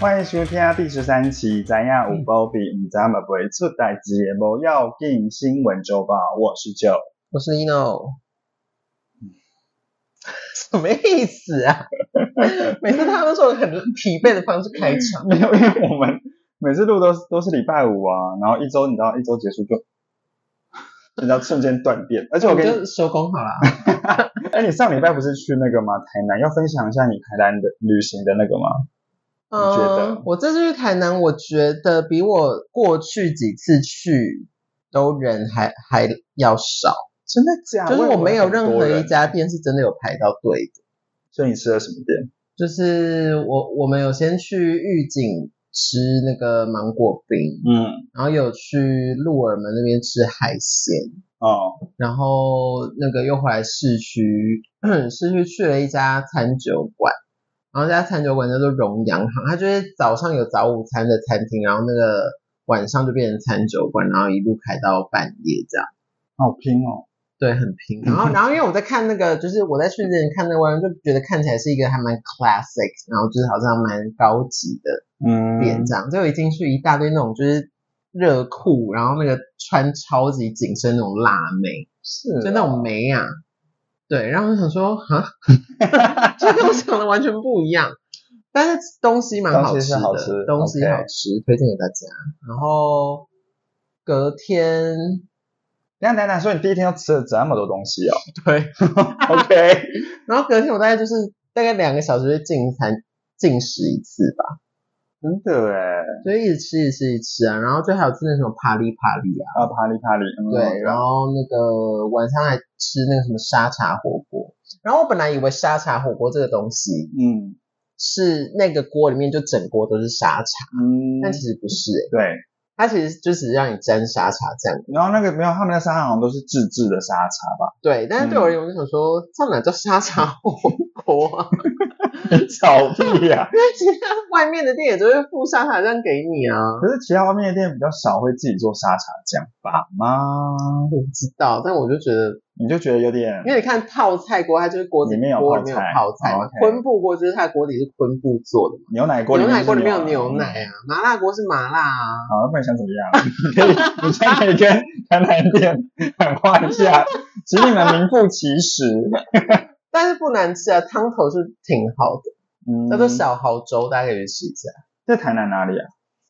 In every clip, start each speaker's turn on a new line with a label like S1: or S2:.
S1: 欢迎收听第十三期，咱样
S2: 嗯
S1: 五包比，你咱们不会出代志，也不要进新闻周报。我是九，
S2: 我是 Eno，什么意思啊？ 每次他都是用很疲惫的方式开场，
S1: 没有，因为我们每次录都是都是礼拜五啊，然后一周你知道一周结束就，你知道瞬间断电。而且我
S2: 我
S1: 跟你，
S2: 就收工好了。啊
S1: 哎，你上礼拜不是去那个吗？台南要分享一下你台南的旅行的那个吗？你觉得
S2: 嗯，我这次去台南，我觉得比我过去几次去都人还还要少，
S1: 真的假的？
S2: 就是我没有任
S1: 我
S2: 何
S1: 以为很多
S2: 一
S1: 人，
S2: 家店是真的有排到队的。
S1: 所以你吃了什么店？
S2: 就是我我们有先去玉井吃那个芒果冰，
S1: 嗯，
S2: 然后有去鹿耳门那边吃海鲜。
S1: 哦，
S2: 然后那个又回来市区， 市区去了一家餐酒馆，然后这家餐酒馆叫做荣洋行，它就是早上有早午餐的餐厅，然后那个晚上就变成餐酒馆，然后一路开到半夜这样，
S1: 好拼哦，
S2: 对，很拼。然后，然后因为我在看那个，就是我在去之前看那个外面，就觉得看起来是一个还蛮 classic，然后就是好像蛮高级的
S1: 嗯，
S2: 店这样，就一进去一大堆那种就是热裤，然后那个穿超级紧身那种辣妹。
S1: 是
S2: 就那 种
S1: 美。
S2: 美啊，对，然后我想说啊，这跟我想的完全不一样，但是东西蛮好
S1: 东西
S2: 吃
S1: 是
S2: 的，
S1: 好吃
S2: 东西
S1: OK
S2: 好吃，推荐给大家。然后隔天，
S1: 等一下等一下，所以你第一天就吃了这么多东西哦
S2: 对，
S1: ？OK，
S2: 然后隔天我大概就是大概两个小时就进餐进食一次吧，
S1: 真的哎，
S2: 就一直吃一直吃一直吃啊，然后就还有吃那什么帕里帕里啊，
S1: 啊，啪哩啪哩，嗯
S2: 对，然
S1: 后
S2: 后那个晚上还吃那个什么沙茶火锅，然后我本来以为沙茶火锅这个东西。
S1: 嗯
S2: 是那个锅里面就整锅都是沙茶，
S1: 嗯，
S2: 但其实不是、欸，
S1: 对，
S2: 它其实就只是让你沾沙茶酱。
S1: 然后那个没有，他们的沙茶好像都是自制的沙茶吧？
S2: 对，但是对我而
S1: 嗯
S2: 言，我就想说，这哪叫沙茶火锅啊？
S1: 小屁呀、
S2: 因为其他外面的店也都会附沙茶酱给你啊。
S1: 可是其他外面的店比较少会自己做沙茶酱吧吗？
S2: 我不知道，但我就觉得，
S1: 你就觉得有点
S2: 因为你看泡菜锅，它就是锅子
S1: 里面有
S2: 锅
S1: 泡
S2: 里面有
S1: 菜
S2: 泡菜
S1: 哦
S2: 嘛
S1: ，OK
S2: 昆布锅就是它的锅底是昆布做的嘛，
S1: 牛奶哦锅里
S2: 牛
S1: 面
S2: 奶锅里
S1: 是嗯
S2: 面有牛奶。啊，麻辣锅是麻辣啊。
S1: 好，那不然想怎么样？ 可以，你现在可以跟台南店喊话一下，请你们名副其实。
S2: 但是不难吃啊，汤头是挺好的，
S1: 嗯，
S2: 叫做小蚝粥，大家可以去试一下。
S1: 在台南哪里啊？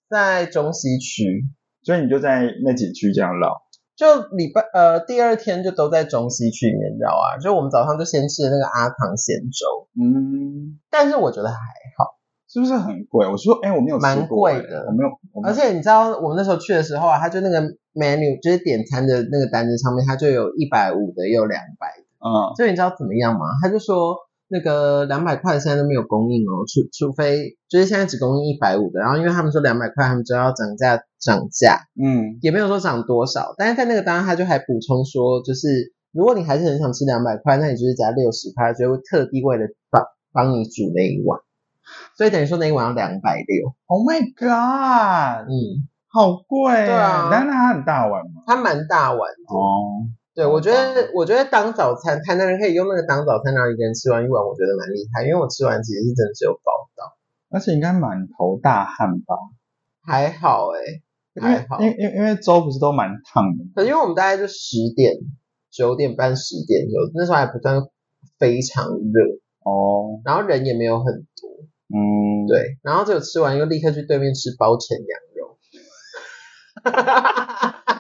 S2: 在中西区，
S1: 所以你就在那几区这样绕。
S2: 就礼拜呃第二天就都在中西区里面绕啊，就我们早上就先吃的那个阿唐咸粥，
S1: 嗯，
S2: 但是我觉得还好，
S1: 是不是很贵？我说，哎、我没有吃过、
S2: 蛮贵的
S1: 哎我没有，我没
S2: 而
S1: 有。
S2: 且你知道我们那时候去的时候啊，它就那个 menu 就是点餐的那个单子上面，它就有一百五的，也有两百的，
S1: 嗯，
S2: 所以你知道怎么样吗？他就说。那个两百块现在都没有供应哦，除除非就是现在只供应一百五的，然后因为他们说两百块，他们就要涨价涨价，
S1: 嗯，
S2: 也没有说涨多少，但是在那个当中，他就还补充说，就是如果你还是很想吃两百块，那你就是加六十块，他就会特地为了帮帮你煮那一碗，所以等于说那一碗要两百六。
S1: Oh my god，
S2: 嗯，
S1: 好贵耶！
S2: 对啊
S1: 但是它很大碗嘛。
S2: 它蛮大碗的。
S1: 哦，
S2: 对，我觉得我觉得当早餐，台南人可以用那个当早餐，然后一个人吃完一碗，我觉得蛮厉害，因为我吃完其实是真的只有饱到，
S1: 而且应该满头大汗吧？
S2: 还好诶、
S1: 嗯
S2: 还好
S1: 因。为因为因为粥不是都蛮烫的吗，
S2: 可是因为我们大概就十点、九点半、十点有，那时候还不算非常热，
S1: 哦，
S2: 然后人也没有很多。
S1: 嗯，，
S2: 对，然后就吃完又立刻去对面吃包成羊肉，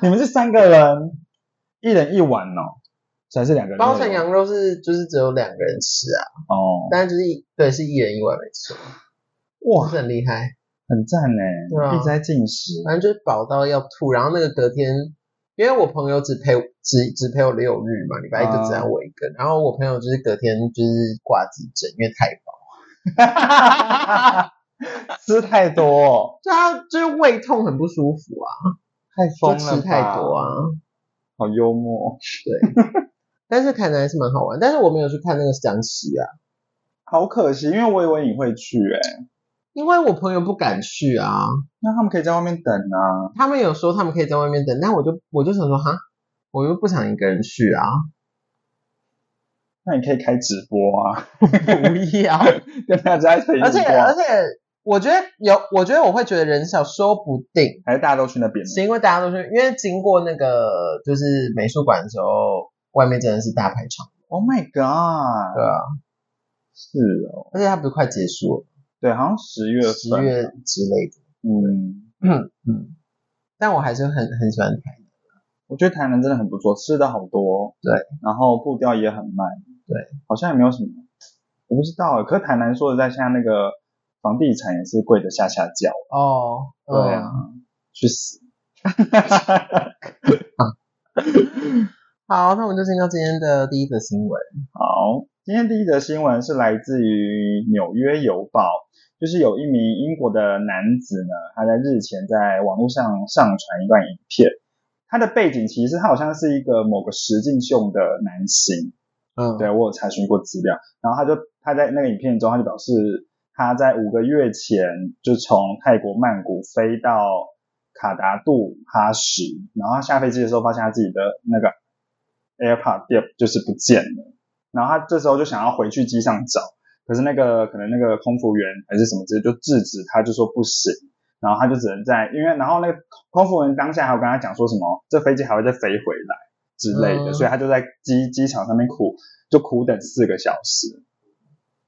S1: 你们是三个人，一人一碗哦，还是两个人一碗？
S2: 包成羊肉是就是只有两个人吃啊，
S1: 哦，
S2: 但是就是一对是一人一碗没错，不
S1: 哇，
S2: 是很厉害，
S1: 很赞呢
S2: 对，啊
S1: 一直在进食，
S2: 反正就是饱到要吐，然后那个隔天。因为我朋友只陪我只只陪我六日嘛，礼拜一就只有我一个。然后我朋友就是隔天就是挂急诊，因为太饱，啊
S1: 吃太多哦。
S2: 对啊，就是胃痛很不舒服啊，
S1: 太疯
S2: 就
S1: 了，
S2: 吃太多啊，。
S1: 好幽默，哦
S2: 对。 但是台南还是蛮好玩，但是我没有去看那个详细啊，
S1: 好可惜，因为我以为你会去诶、
S2: 因为我朋友不敢去啊。
S1: 那他们可以在外面等啊。
S2: 他们有说他们可以在外面等，但我就我就想说哈，我又不想一个人去啊，
S1: 那你可以开直播啊，
S2: 不要。
S1: 跟大家一起直播。
S2: 而且而且我觉得有，我觉得我会觉得人少，说不定
S1: 还是大家都去那边呢？
S2: 是因为大家都是因为经过那个就是美术馆的时候，外面真的是大排场，
S1: ？Oh my god！
S2: 对啊，
S1: 是哦，
S2: 而且它不是快结束
S1: 对，好像十月
S2: 了，十
S1: 份，
S2: 月之类的，
S1: 嗯，
S2: 嗯嗯，但我还是很很喜欢台南，
S1: 我觉得台南真的很不错，吃的好多，
S2: 对，
S1: 然后步调也很慢，
S2: 对，
S1: 好像也没有什么，我不知道欸，可是台南说实在，现在那个房地产也是贵的下下脚，
S2: 哦，
S1: 对啊，
S2: 嗯
S1: 去死！
S2: 好，那我们就先到今天的第一则新闻，
S1: 好，今天第一则新闻是来自于《纽约邮报》，就是有一名英国的男子呢，他在日前在网络上上传一段影片。他的背景其实他好像是一个某个石敬秀的男星，
S2: 嗯，
S1: 对我有查询过资料，然后他就他在那个影片中，他就表示他在五个月前就从泰国曼谷飞到卡达杜哈什，然后他下飞机的时候发现他自己的那个 AirPod 掉就是不见了，然后他这时候就想要回去机上找，可是那个可能那个空服员还是什么之类就制止他，就说不行。然后他就只能在，因为然后那个空服员当下还有跟他讲说什么，这飞机还会再飞回来之类的，
S2: 嗯
S1: 所以他就在机机场上面苦就苦等四个小时。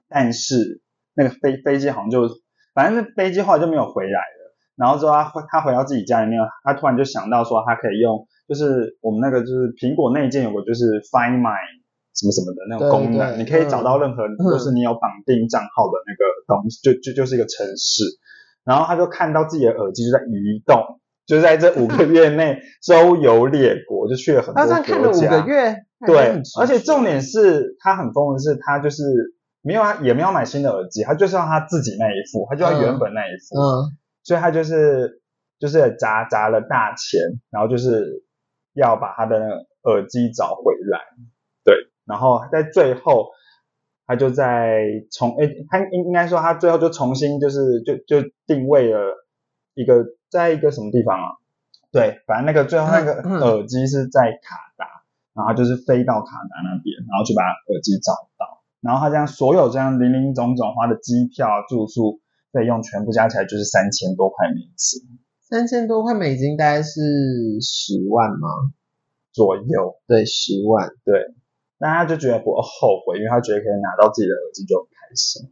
S1: 但是那个飞飞机好像就，反正是飞机后来就没有回来了。然后之后他回他回到自己家里面，他突然就想到说他可以用，就是我们那个就是苹果内建有个就是 Find My 什么什么的那种
S2: 对
S1: 功能，
S2: 对
S1: 你可以找到
S2: 嗯
S1: 任何就是你有绑定账号的那个东西，就就就是一个城市。然后他就看到自己的耳机就在移动，就在这五个月 内周游列国，就去了很多国家。
S2: 他这样看了五个月，
S1: 对，而且重点是他很疯的是，他就是没有啊，也没有买新的耳机，他就是要他自己那一副，他就要原本那一副，
S2: 嗯，
S1: 所以他就是就是砸砸了大钱，然后就是要把他的耳机找回来，对，然后在最后。他就在重诶，他应应该说他最后就重新就是就就定位了一个在一个什么地方啊？对，反正那个最后那个
S2: 嗯嗯
S1: 耳机是在卡达，然后就是飞到卡达那边，然后去把耳机找到，然后他这样所有这样零零总总花的机票、住宿费用全部加起来就是三千多块美金
S2: 三千多块美金大概是十万吗？
S1: 左右，
S2: 对，十万，
S1: 但他就觉得不后悔，因为他觉得可以拿到自己的耳机就很开心。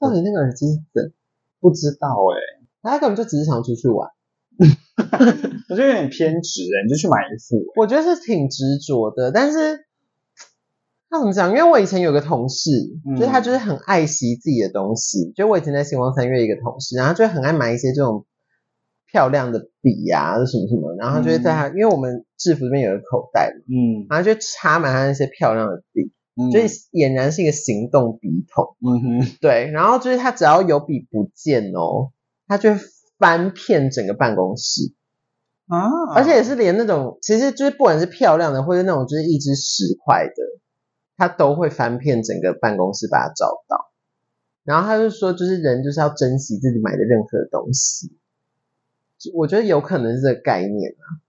S2: 到底那个耳机是怎？
S1: 不知道哎、
S2: 他根本就只是想出去玩，
S1: 欸 我觉得有点偏执哎、你就去买一副欸、
S2: 我觉得是挺执着的，但是。他怎么讲？因为我以前有个同事，
S1: 嗯
S2: 就是他就是很爱惜自己的东西。就我以前在星光三月一个同事，然后他就很爱买一些这种漂亮的笔呀、什么什么，然后他就会在他，因为我们制服里面有一个口袋嘛，
S1: 嗯，
S2: 然后就插满他那些漂亮的笔，
S1: 嗯
S2: 所以俨然是一个行动笔筒。
S1: 嗯哼，
S2: 对，然后就是他只要有笔不见哦，他就翻遍整个办公室，
S1: 啊，
S2: 而且也是连那种其实就是不管是漂亮的，或者那种就是一支十块的，他都会翻遍整个办公室把它找到。然后他就说，就是人就是要珍惜自己买的任何东西，我觉得有可能是这个概念啊。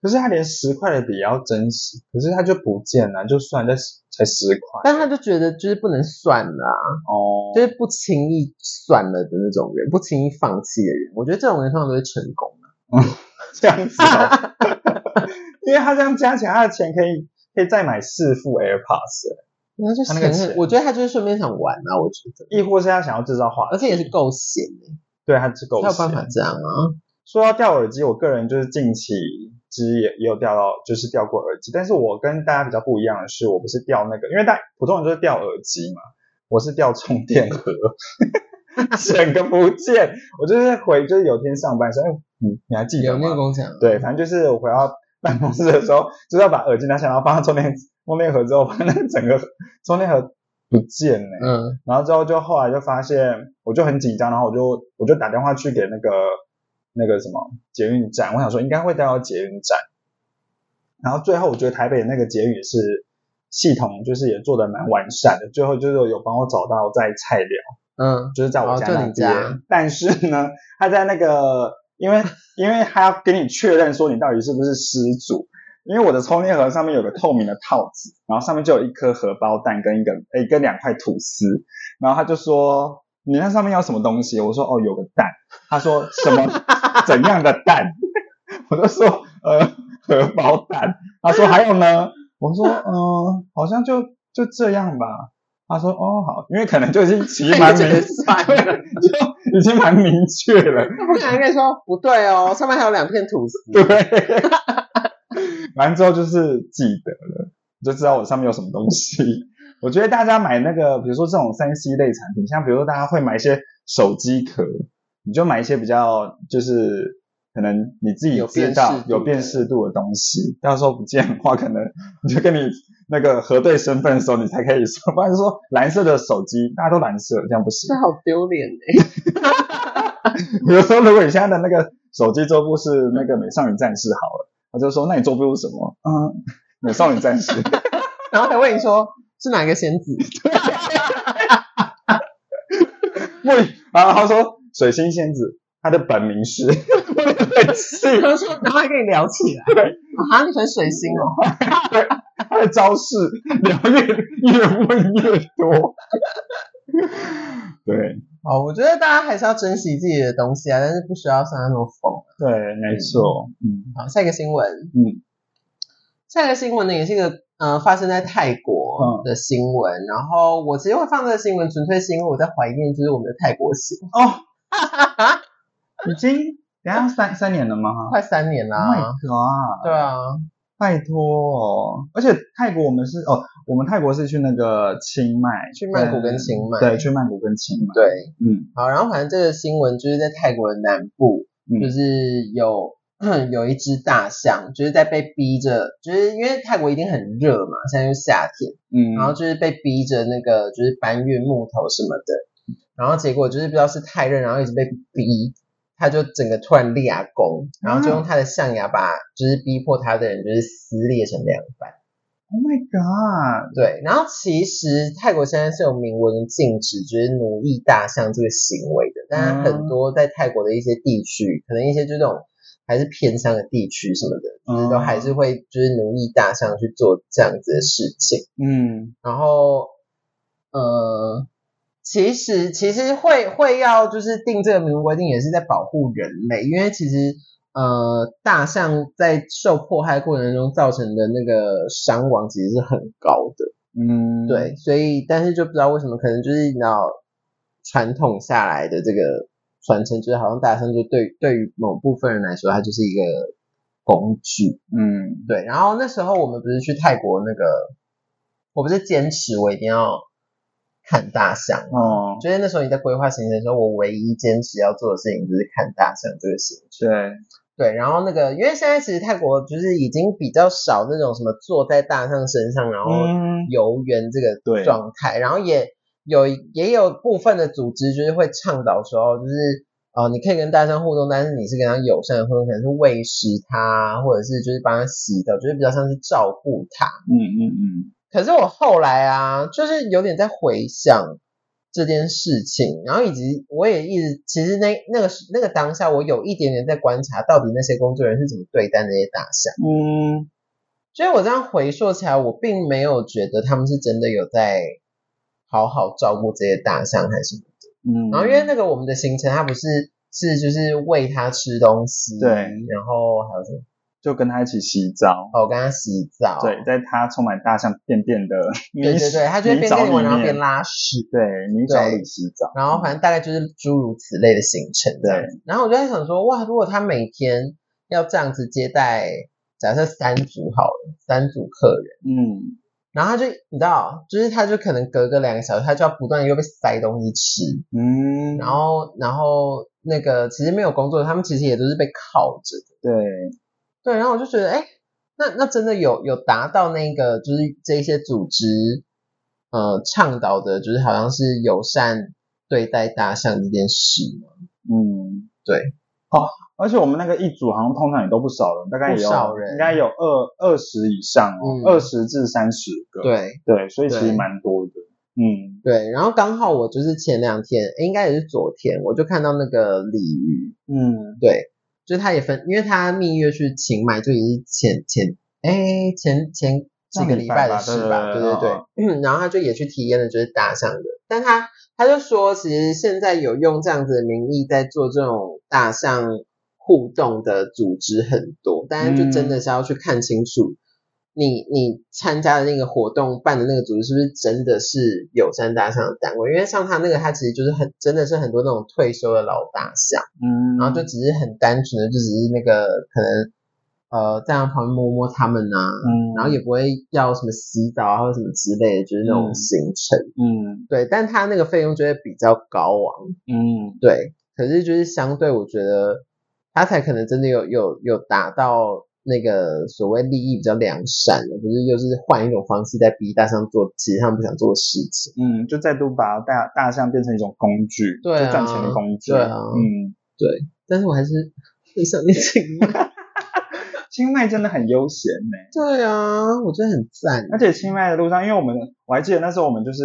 S1: 可是他连十块的笔也要珍惜，可是他就不见了，就算在才十块
S2: 但他就觉得就是不能算了啊、
S1: 哦，
S2: 就是不轻易算了的那种人，不轻易放弃的人，我觉得这种人通常都会成功。
S1: 嗯这样子、 哦， 因为他这样加起来，他的钱可以可以再买四副 AirPods，欸
S2: 那就
S1: 他那个
S2: 闲
S1: 钱
S2: 我觉得他就是顺便想玩啊，我觉得，
S1: 欸亦或是他想要制造话
S2: 而
S1: 题，
S2: 且也是够闲的，
S1: 对他是够
S2: 才有办
S1: 闲
S2: 法这样啊。
S1: 说到掉耳机，我个人就是近期其实也也有掉到，就是掉过耳机。但是我跟大家比较不一样的是，我不是掉那个，因为大普通人都是掉耳机嘛，我是掉充电盒， 整个不见。我就是回，就是有天上班的时候，嗯你你还记得
S2: 有那
S1: 吗
S2: 个？啊工讲，
S1: 对，反正就是我回到办公室的时候，就是要把耳机拿下来，然后放到充电充电盒之后，把那个整个充电盒不见了、
S2: 嗯
S1: 然后之后就后来就发现，我就很紧张，然后我就我就打电话去给那个那个什么捷运站，我想说应该会带到捷运站，然后最后我觉得台北那个捷运也是系统就是也做的蛮完善的，最后就是有帮我找到在菜鸟。
S2: 嗯，
S1: 就是在我
S2: 哦
S1: 家
S2: 就
S1: 那
S2: 你
S1: 边。
S2: 家
S1: 但是呢，他在那个，因为因为他要跟你确认说你到底是不是失主，因为我的充电盒上面有个透明的套子，然后上面就有一颗荷包蛋跟一个诶跟两块吐司，然后他就说。你那上面要什么东西？我说哦，有个蛋。他说什 么怎样的蛋？ 我就说呃，荷包蛋。他说还有呢？我说嗯、呃，好像就就这样吧。他说哦好，因为可能就已经其实蛮明，
S2: 结 算
S1: 对，
S2: 了。
S1: 就已经蛮明确了，
S2: 他不可能跟你说不对哦，上面还有两片吐司。
S1: 对。完之后就是记得了，就知道我上面有什么东西。 我觉得大家买那个，比如说这种三 C 类产品，像比如说大家会买一些手机壳，你就买一些比较就是可能你自己
S2: 有
S1: 知
S2: 辨
S1: 道
S2: 识度
S1: 有辨
S2: 的
S1: 识度的东西，到时候不见的话，可能 你就跟你那个核对身份的时候，你才可以说，不然就说蓝色的手机大家都蓝色，这样不行
S2: 这。好丢脸哎、
S1: 比如说，如果你现在的那个手机桌布是那个美少女战士好了，我就说那你桌布是什么？嗯，美少女 战士。
S2: 然后还问你说是哪一个仙子？
S1: 不，然后他说水星仙子，她的本名是，我有点气，
S2: 然后说，然后还跟你聊起来。
S1: 对
S2: 啊，你喜欢水星哦？
S1: 她的招式聊越越问越多。 对
S2: 哦，我觉得大家还是要珍惜自己的东西啊，但是不需要像他那么疯。
S1: 对，没错，嗯
S2: 好，下一个新闻，
S1: 嗯，
S2: 下一个新闻呢也是一个呃发生在泰
S1: 嗯
S2: 国的新闻，然后我其实会放这个新闻，纯粹是因为我在怀念就是我们的泰国行，
S1: 哦，已经等一下三三年了吗
S2: 快三年啦、
S1: ？Oh my god！
S2: 对啊，
S1: 拜托哦，而且泰国我们是哦，我们泰国是去那个清迈，
S2: 去曼谷跟清迈
S1: 对，去曼谷跟清迈，
S2: 对，
S1: 嗯
S2: 好，然后反正这个新闻就是在泰国的南部，
S1: 嗯
S2: 就是有嗯有一只大象，就是在被逼着，就是因为泰国一定很热嘛，现在又夏天，
S1: 嗯，
S2: 然后就是被逼着那个就是搬运木头什么的，然后结果就是不知道是太热，然后一直被逼，他就整个突然裂牙弓，然后就用他的象牙把就是逼迫他的人就是撕裂成两半。
S1: Oh my God，
S2: 对，然后其实泰国现在是有明文禁止就是奴役大象这个行为的，但是很多在泰国的一些地区，可能一些就这种还是偏乡的地区什么的，就是都还是会就是奴役大象去做这样子的事情。
S1: 嗯
S2: 然后呃，其实其实会会要就是定这个明文规定，也是在保护人类，因为其实呃大象在受迫害过程中造成的那个伤亡其实是很高的，
S1: 嗯，
S2: 对，所以但是就不知道为什么，可能就是你知道传统下来的这个传承，就是好像大象就对对于某部分人来说，它就是一个工具，
S1: 嗯
S2: 对，然后那时候我们不是去泰国那个，我不是坚持我一定要看大象吗。
S1: 哦，
S2: 就是那时候你在规划行程的时候，我唯一坚持要做的事情就是看大象这个行程。
S1: 对，
S2: 对，然后那个，因为现在其实泰国就是已经比较少那种什么坐在大象身上然后
S1: 嗯
S2: 游园这
S1: 对
S2: 个状态，然后也有也有部分的组织就是会倡导说，就是呃，你可以跟大象互动，但是你是跟它友善的互动，可能是喂食它，或者是就是帮它洗澡，就是比较像是照顾它。
S1: 嗯嗯嗯，
S2: 可是我后来啊，就是有点在回想这件事情，然后以及我也一直其实那那个时那个当下，我有一点点在观察到底那些工作人员是怎么对待那些大象。
S1: 嗯
S2: 所以我这样回溯起来，我并没有觉得他们是真的有在好好照顾这些大象还是什么。
S1: 嗯，
S2: 然后因为那个我们的行程，它不是是就是喂它吃东西，
S1: 对
S2: 然后还有什么？
S1: 就跟他一起洗澡，
S2: 哦，我跟它洗澡，
S1: 对，在他充满大象便便的泥
S2: 对对对，它就会
S1: 泥
S2: 边
S1: 沼
S2: 跟你玩，
S1: 里
S2: 然后边
S1: 面
S2: 拉屎。
S1: 对泥沼
S2: 对
S1: 里洗澡，
S2: 然后反正大概就是诸如此类的行程这样子。然后我就在想说，哇，如果他每天要这样子接待，假设三组好了，三组客人，
S1: 嗯
S2: 然后他就你知道，就是他就可能隔个两个小时，他就要不断地又被塞东西吃，
S1: 嗯，
S2: 然后然后那个其实没有工作，他们其实也都是被靠着的。
S1: 对，
S2: 对，然后我就觉得，哎，那那真的有有达到那个就是这些组织呃倡导的，就是好像是友善对待大象这件事吗？
S1: 嗯，
S2: 对。
S1: 哦，而且我们那个一组好像通常也都不少人，大概也有
S2: 不少人
S1: 应该有二二十以上哦
S2: 嗯，
S1: 二十、至三十个。
S2: 对，
S1: 对，所以其实
S2: 对
S1: 蛮多的。嗯
S2: 对，然后刚好我就是前两天，诶应该也是昨天，我就看到那个鲤鱼，
S1: 嗯
S2: 对，就是他也分，因为他蜜月去清迈，就已经前前哎前前几个礼拜的事
S1: 上
S2: 吧，对
S1: 礼拜
S2: 对嗯
S1: 吧
S2: 对。然后他就也去体验了，就是大象的，但他他就说，其实现在有用这样子的名义在做这种大象互动的组织很多，但是就真的是要去看清楚。你你参加的那个活动办的那个组织是不是真的是友善大象的单位？因为像他那个，他其实就是很真的是很多那种退休的老大象。
S1: 嗯，
S2: 然后就只是很单纯的，就只是那个可能呃在他旁边摸摸他们呐、啊
S1: 嗯，
S2: 然后也不会要什么洗澡啊或者什么之类的，就是那种
S1: 嗯
S2: 行程。
S1: 嗯
S2: 对，但他那个费用就会比较高昂。
S1: 嗯
S2: 对，可是就是相对，我觉得他才可能真的有有有达到那个所谓利益比较良善的，不是又是换一种方式在逼大象做其实他们不想做的事情。
S1: 嗯，就再度把大大象变成一种工具，
S2: 对啊
S1: 就赚钱的工具，
S2: 对啊
S1: 嗯，
S2: 但是我还是很想念 清迈。
S1: 清迈真的很悠闲呢、
S2: 对啊，我觉得很赞。
S1: 而且清迈的路上，因为我们我还记得那时候我们就是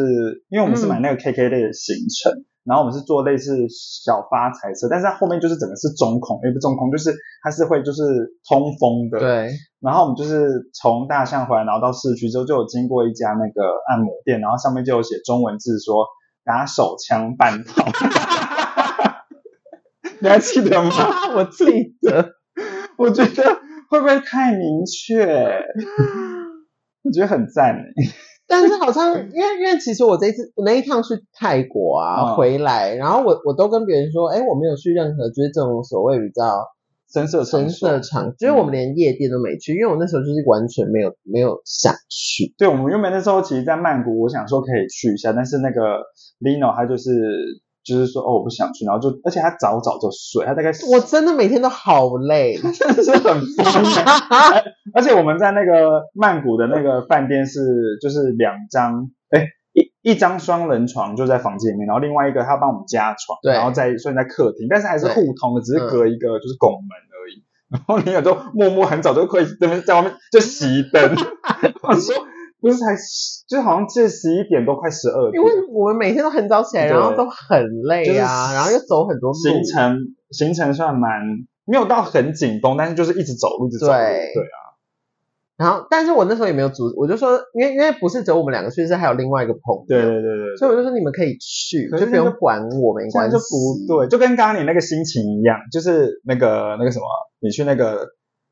S1: 因为我们是
S2: 嗯
S1: 买那个 KK 类的行程，然后我们是坐类似小发财车，但是它后面就是整个是中空，也不是中空，就是它是会就是通风的。。
S2: 对，
S1: 然后我们就是从大象回来，然后到市区之后，就有经过一家那个按摩店，然后上面就有写中文字说打手枪半 套。 你还记得吗？
S2: 我记得，
S1: 我觉得会不会太明确？ 我觉得很赞欸
S2: 但是好像因为因为其实我这一次我那一趟去泰国啊、
S1: 嗯
S2: 回来，然后我我都跟别人说，哎，我没有去任何就是这种所谓比较
S1: 深色场
S2: 深
S1: 所
S2: 色场，就是我们连夜店都没去，因为我那时候就是完全没有没有想去。
S1: 对，我们原本那时候其实，在曼谷，我想说可以去一下，但是那个 Lino 他就是就是说哦，我不想去，然后就而且他早早就睡，他大概
S2: 我真的每天都好 累，
S1: 真的是很疯欸、而且我们在那个曼谷的那个饭店是就是两张哎。一一张双人床就在房间里面，然后另外一个他帮我们加床，
S2: 对
S1: 然后在算在客厅，但是还是
S2: 对
S1: 互通的，只是
S2: 嗯
S1: 隔一个就是拱门而已。然后你也都默默很早就可以在那边在外面就熄灯，我说不是才十就好像这十一点多快十二
S2: 因
S1: 点，
S2: 为我们每天都很早起来，
S1: 对
S2: 然后都很累啊，
S1: 就是
S2: 然后又走很多路，
S1: 行程行程算蛮没有到很紧绷，但是就是一直走路，一直走路，
S2: 对
S1: 对啊，
S2: 然后但是我那时候也没有组，我就说，因为因为不是只有我们两个去，是还有另外一个朋友，
S1: 对对对对对。
S2: 所以我就说你们可以去，
S1: 可是
S2: 就不用管我，没
S1: 这样
S2: 关
S1: 就
S2: 系。
S1: 不对，就跟刚刚你那个心情一样，就是那个那个什么，你去那个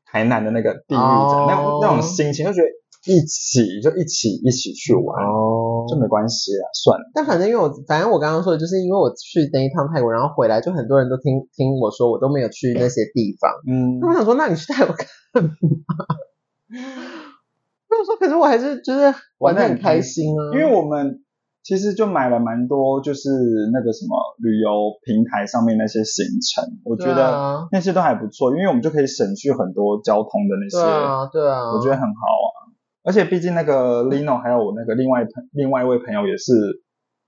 S1: 台南的那个地狱展，
S2: 哦
S1: 那种那种心情，就觉得一起就一起一起去玩，
S2: 哦
S1: 就没关系啊，算了。
S2: 但反正因为我，反正我刚刚说的就是因为我去那一趟泰国，然后回来就很多人都听听我说我都没有去那些地方，
S1: 嗯
S2: 那我想说那你去泰国干嘛？ 那我说可是我还是就是玩的很开心啊，
S1: 因为我们其实就买了蛮多，就是那个什么旅游平台上面那些行程，我觉
S2: 对
S1: 得
S2: 啊，
S1: 那些都还不错，因为我们就可以省去很多交通的那些，
S2: 对啊，对啊，
S1: 我觉得很好啊。而且毕竟那个 Lino 还有我那个另外朋另外一位朋友也是，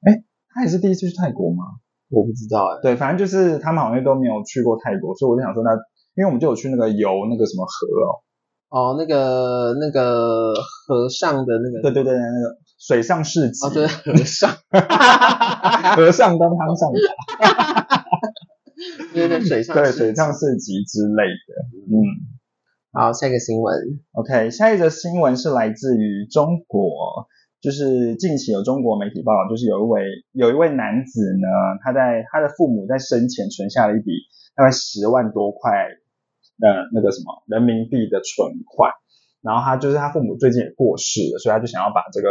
S1: 哎，他也是第一次去泰国吗？
S2: 我不知道哎、
S1: 对，反正就是他们好像都没有去过泰国，所以我就想说那，因为我们就有去那个游那个什么河哦，
S2: 哦，那个那个和尚的那个，
S1: 对对对，那个水上市集，
S2: 哦对，和尚，
S1: 河上 当汤上
S2: 对哦对水上，
S1: 对，水上。市集之类的。嗯
S2: 好，下一个新闻。
S1: ，OK，下一则新闻是来自于中国，就是近期有中国媒体报道，就是有一位有一位男子呢，他在他的父母在生前存下了一笔大概十万多块，呃，那个什么人民币的存款，然后他就是他父母最近也过世了，所以他就想要把这个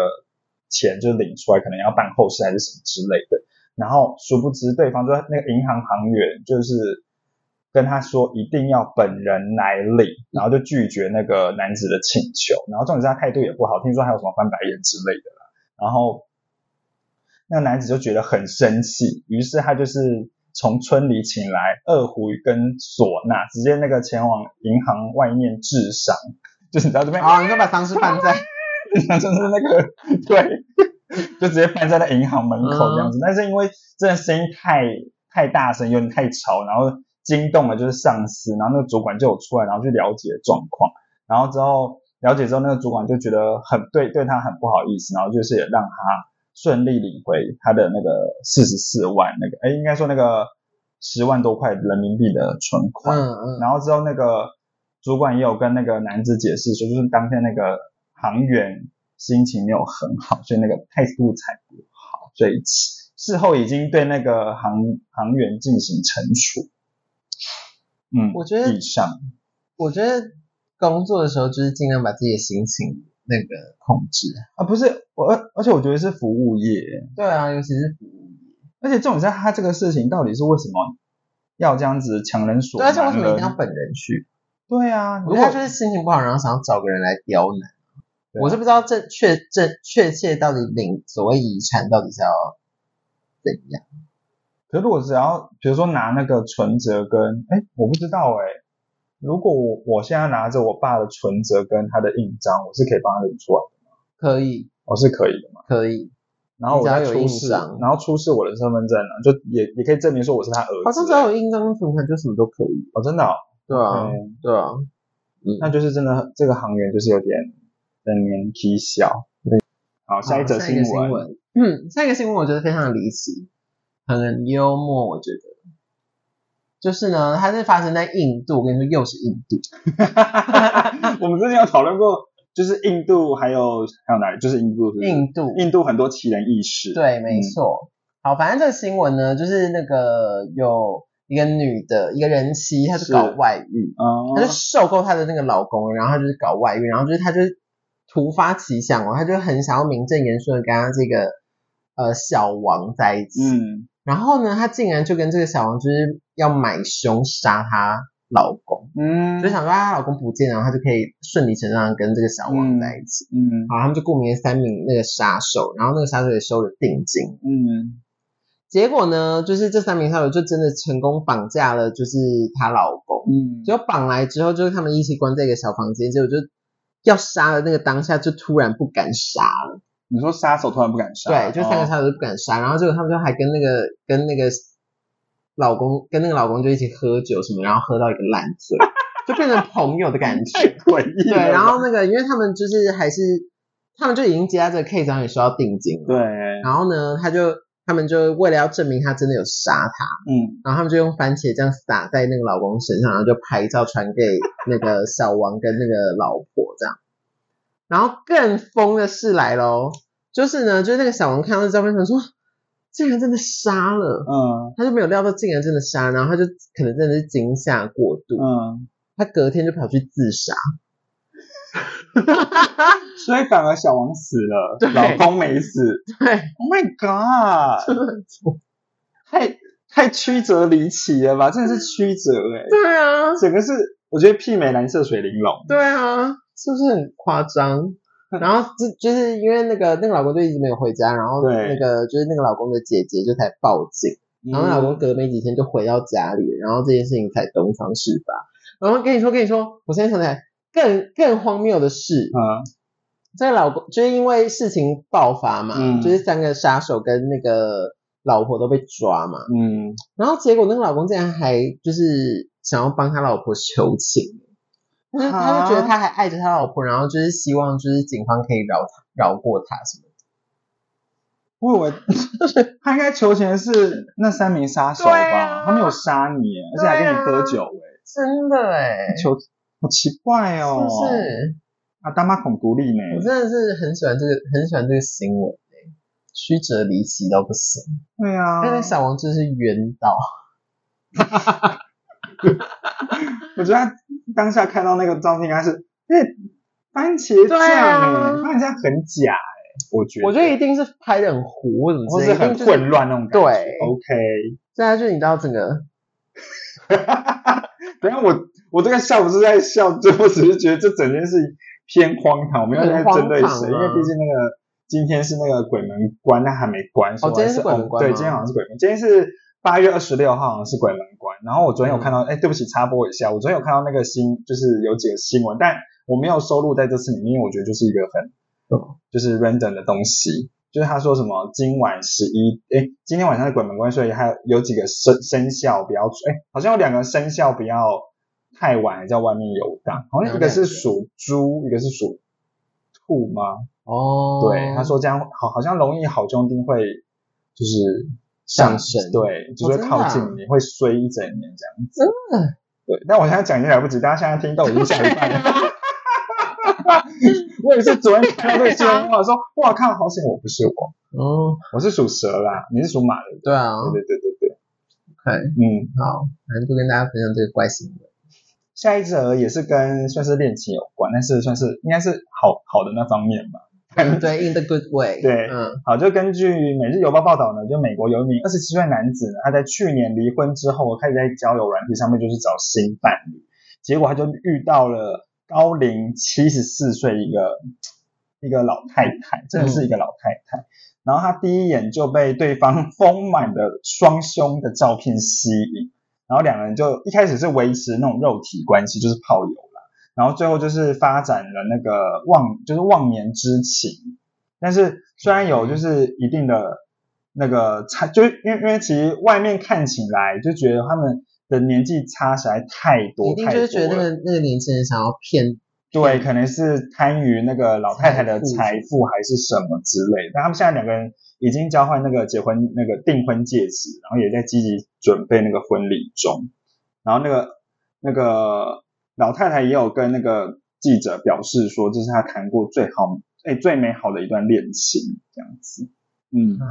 S1: 钱就领出来，可能要办后事还是什么之类的。然后殊不知对方就那个银行行员就是跟他说一定要本人来领，然后就拒绝那个男子的请求，然后重点是他态度也不好，听说还有什么翻白眼之类的啦。然后那个男子就觉得很生气，于是他就是从村里请来二胡跟唢呐，直接那个前往银行外面治伤，就是你知道这边
S2: 好，你就把丧尸放在。
S1: 就是那个对，就直接搬在那银行门口这样子。但是因为真的声音太太大声，有点太吵，然后惊动了就是上司，然后那个主管就有出来，然后去了解状况，然后之后了解之后，那个主管就觉得很对对他很不好意思，然后就是也让他顺利领回他的那个四十四万那个，哎，应该说那个十万多块人民币的存款。
S2: 嗯嗯。
S1: 然后之后那个主管也有跟那个男子解释说，就是当天那个航员心情没有很好，所以那个态度才不好，所以事后已经对那个航航员进行惩处。嗯，
S2: 我觉得
S1: 以上
S2: 我觉得工作的时候就是尽量把自己的心情那个控制。
S1: 啊，不是我，而而且我觉得是服务业，
S2: 对啊，尤其是服务业。
S1: 而且重点是他这个事情到底是为什么要这样子强人所
S2: 对，
S1: 难
S2: 而且为什么一定
S1: 呢
S2: 要本人去？
S1: 对啊，如
S2: 我
S1: 果
S2: 觉得他就是心情不好，然后想要找个人来刁难。
S1: 对啊
S2: 我是不知道这确这确切到底领所谓遗产到底是要怎样。
S1: 可是如果只要比如说拿那个存折跟，哎，我不知道哎、如果我我现在拿着我爸的存折跟他的印章，我是可以帮他领出来的，
S2: 可以，
S1: 我是可以的嘛。
S2: 可以，
S1: 然后我
S2: 你只要
S1: 再
S2: 有
S1: 出
S2: 印
S1: 示，
S2: 章
S1: 然后出示我的身份证呢、就也也可以证明说我是他儿子。
S2: 好像只要有印章存款就什么都可以。
S1: 哦，真的、哦，
S2: 对啊，
S1: 嗯
S2: 对啊，
S1: 那就是真的这个行员就是有点人年纪小。对，好，哦下一则
S2: 好个新闻，嗯，下一个新闻我觉得非常离奇，很幽默，我觉得。就是呢，它是发生在印度，我跟你说，又是印度，
S1: 我们之前有讨论过，就是印度还有还有哪里？就是印度是不是
S2: 印度，
S1: 印度很多奇人异事。
S2: 对，没错。好，反正这个新闻呢，就是那个有一个女的，一个人妻，她
S1: 是
S2: 就搞外遇，
S1: 哦，
S2: 她就受够她的那个老公，然后她就是搞外遇，然后就是她就是突发奇想哦，她就很想要名正言顺的跟她这个呃小王在一起，
S1: 嗯，
S2: 然后呢，她竟然就跟这个小王就是要买凶杀她老公，
S1: 嗯，
S2: 就想说她老公不见，然后她就可以顺理成章地跟这个小王在一起。
S1: 嗯
S2: 好，他们就雇名了三名那个杀手，然后那个杀手也收了定金，
S1: 嗯
S2: 结果呢，就是这三名杀手就真的成功绑架了，就是她老公。
S1: 嗯，
S2: 结果绑来之后，就是他们一起关在一个小房间，结果就要杀的那个当下，就突然不敢杀了。
S1: 你说杀手突然不敢杀，
S2: 对，就三个
S1: 哦
S2: 杀手都不敢杀，然后结果他们就还跟那个跟那个老公跟那个老公就一起喝酒什么，然后喝到一个烂醉，就变成朋友的感
S1: 太
S2: 觉。
S1: 诡异
S2: 对，
S1: 了吧。
S2: 然后那个因为他们就是还是他们就已经接到这个 case，然后也收到定金了。
S1: 对，，
S2: 然后呢，他就他们就为了要证明他真的有杀他。
S1: 嗯，
S2: 然后他们就用番茄酱撒在那个老公身上，然后就拍照传给那个小王跟那个老婆这样。然后更疯的事来喽，就是呢，就是那个小王看到这照片，想说竟然真的杀了，
S1: 嗯
S2: 他就没有料到竟然真的杀，然后他就可能真的是惊吓过度，
S1: 嗯，
S2: 他隔天就跑去自杀。
S1: 所以反而小王死了
S2: 对，
S1: 老公没死。
S2: 对，
S1: Oh my god！
S2: 真的很疯
S1: 太太曲折离奇了吧？真的是曲折哎、
S2: 对啊，
S1: 整个是我觉得媲美蓝色水玲珑。
S2: 对啊，是不是很夸张？然后就就是因为那个那个老公就一直没有回家，然后
S1: 对嗯
S2: 那个就是那个老公的姐姐就才报警，然后那老公隔没几天就回到家里，然后这件事情才东窗事发。然后跟你说跟你说，我现在想起来更更荒谬的是，
S1: 嗯
S2: 这个老公就是因为事情爆发嘛，
S1: 嗯
S2: 就是三个杀手跟那个老婆都被抓嘛，
S1: 嗯，
S2: 然后结果那个老公竟然还就是想要帮他老婆求情，他就
S1: 啊
S2: 他就觉得他还爱着他老婆，然后就是希望就是警方可以饶他饶过他什么的。
S1: 我以为他应该求钱的是那三名杀手吧？
S2: 对啊
S1: 他没有杀你耶，而且还跟你喝酒哎、
S2: 真的哎、
S1: 求好奇怪
S2: 是
S1: 欸哦，
S2: 不是？
S1: 啊，大妈恐独立呢？
S2: 我真的是很喜欢这个很喜欢这个新闻哎、曲折离奇到不行。
S1: 对啊，
S2: 但是小王真是冤到，
S1: 我觉得他当下看到那个照片，应该是因为番茄酱
S2: 对
S1: 哎、
S2: 啊
S1: 番茄酱很假哎、我觉得，
S2: 我觉得一定是拍的很糊或者
S1: 或
S2: 之
S1: 是
S2: 类的，一
S1: 很
S2: 定就是
S1: 混乱那种感觉。
S2: 对
S1: ，OK，
S2: 对啊，就是你知道整个
S1: 等一下我我这个笑不是在笑，就我只是觉得这整件事偏荒唐，我没有在
S2: 很荒
S1: 针对谁，
S2: 唐
S1: 因
S2: 啊
S1: 为毕竟那个今天是那个鬼门关，但还没关，所以
S2: 哦今天
S1: 还
S2: 是鬼门关
S1: 对，
S2: 吗
S1: 今天好像是鬼门，今天是八月二十六号，好像是鬼门关。然后我昨天有看到，哎、对不起，插播一下，我昨天有看到那个新，就是有几个新闻，但我没有收录在这次里面，因为我觉得就是一个很
S2: 嗯
S1: 就是 random 的东西。就是他说什么今晚十一，哎，今天晚上是鬼门关，所以还有有几个生生肖不要，哎，好像有两个生肖不要太晚在外面游荡，好像一个是属猪，一个是属兔吗？
S2: 哦，
S1: 对，他说这样好，好像容易好兄弟会就是
S2: 上升哦
S1: 对，就是会靠近你，会衰一整年这样子。
S2: 啊真的啊
S1: 对，但我现在讲已经来不及，大家现在听到已经下礼拜了。我也是昨天看到这个新闻，我说哇靠，好险我不是我，
S2: 哦，
S1: 我是属蛇啦，你是属马的，
S2: 对啊
S1: 对对对对对，
S2: ，OK，
S1: 嗯。
S2: 好，反正就跟大家分享这个怪新闻。
S1: 下一则也是跟算是恋情有关，但是算是应该是好好的那方面吧。
S2: 嗯对，in the good way。
S1: 对
S2: 嗯，
S1: 好，就根据《每日邮报》报道呢，就美国有一名二十七岁男子呢，他在去年离婚之后，开始在交友软体上面就是找新伴侣，结果他就遇到了高龄七十四岁一个一个老太太，真的是一个老太太。然后他第一眼就被对方丰满的双胸的照片吸引，然后两人就一开始是维持那种肉体关系，就是泡友啦，然后最后就是发展了那个忘，就是忘年之情。但是虽然有就是一定的那个差，就是因为因为其实外面看起来就觉得他们的年纪差实在太多，
S2: 一定就是
S1: 太多
S2: 觉得那
S1: 了
S2: 个那个年轻人想要骗，
S1: 对，可能是贪于那个老太太的
S2: 嗯财富
S1: 财富还是什么之类的。但他们现在两个人已经交换那个结婚那个订婚戒指，然后也在积极准备那个婚礼中。然后那个那个老太太也有跟那个记者表示说，这是她谈过最好哎最美好的一段恋情这样子。嗯，
S2: 啊，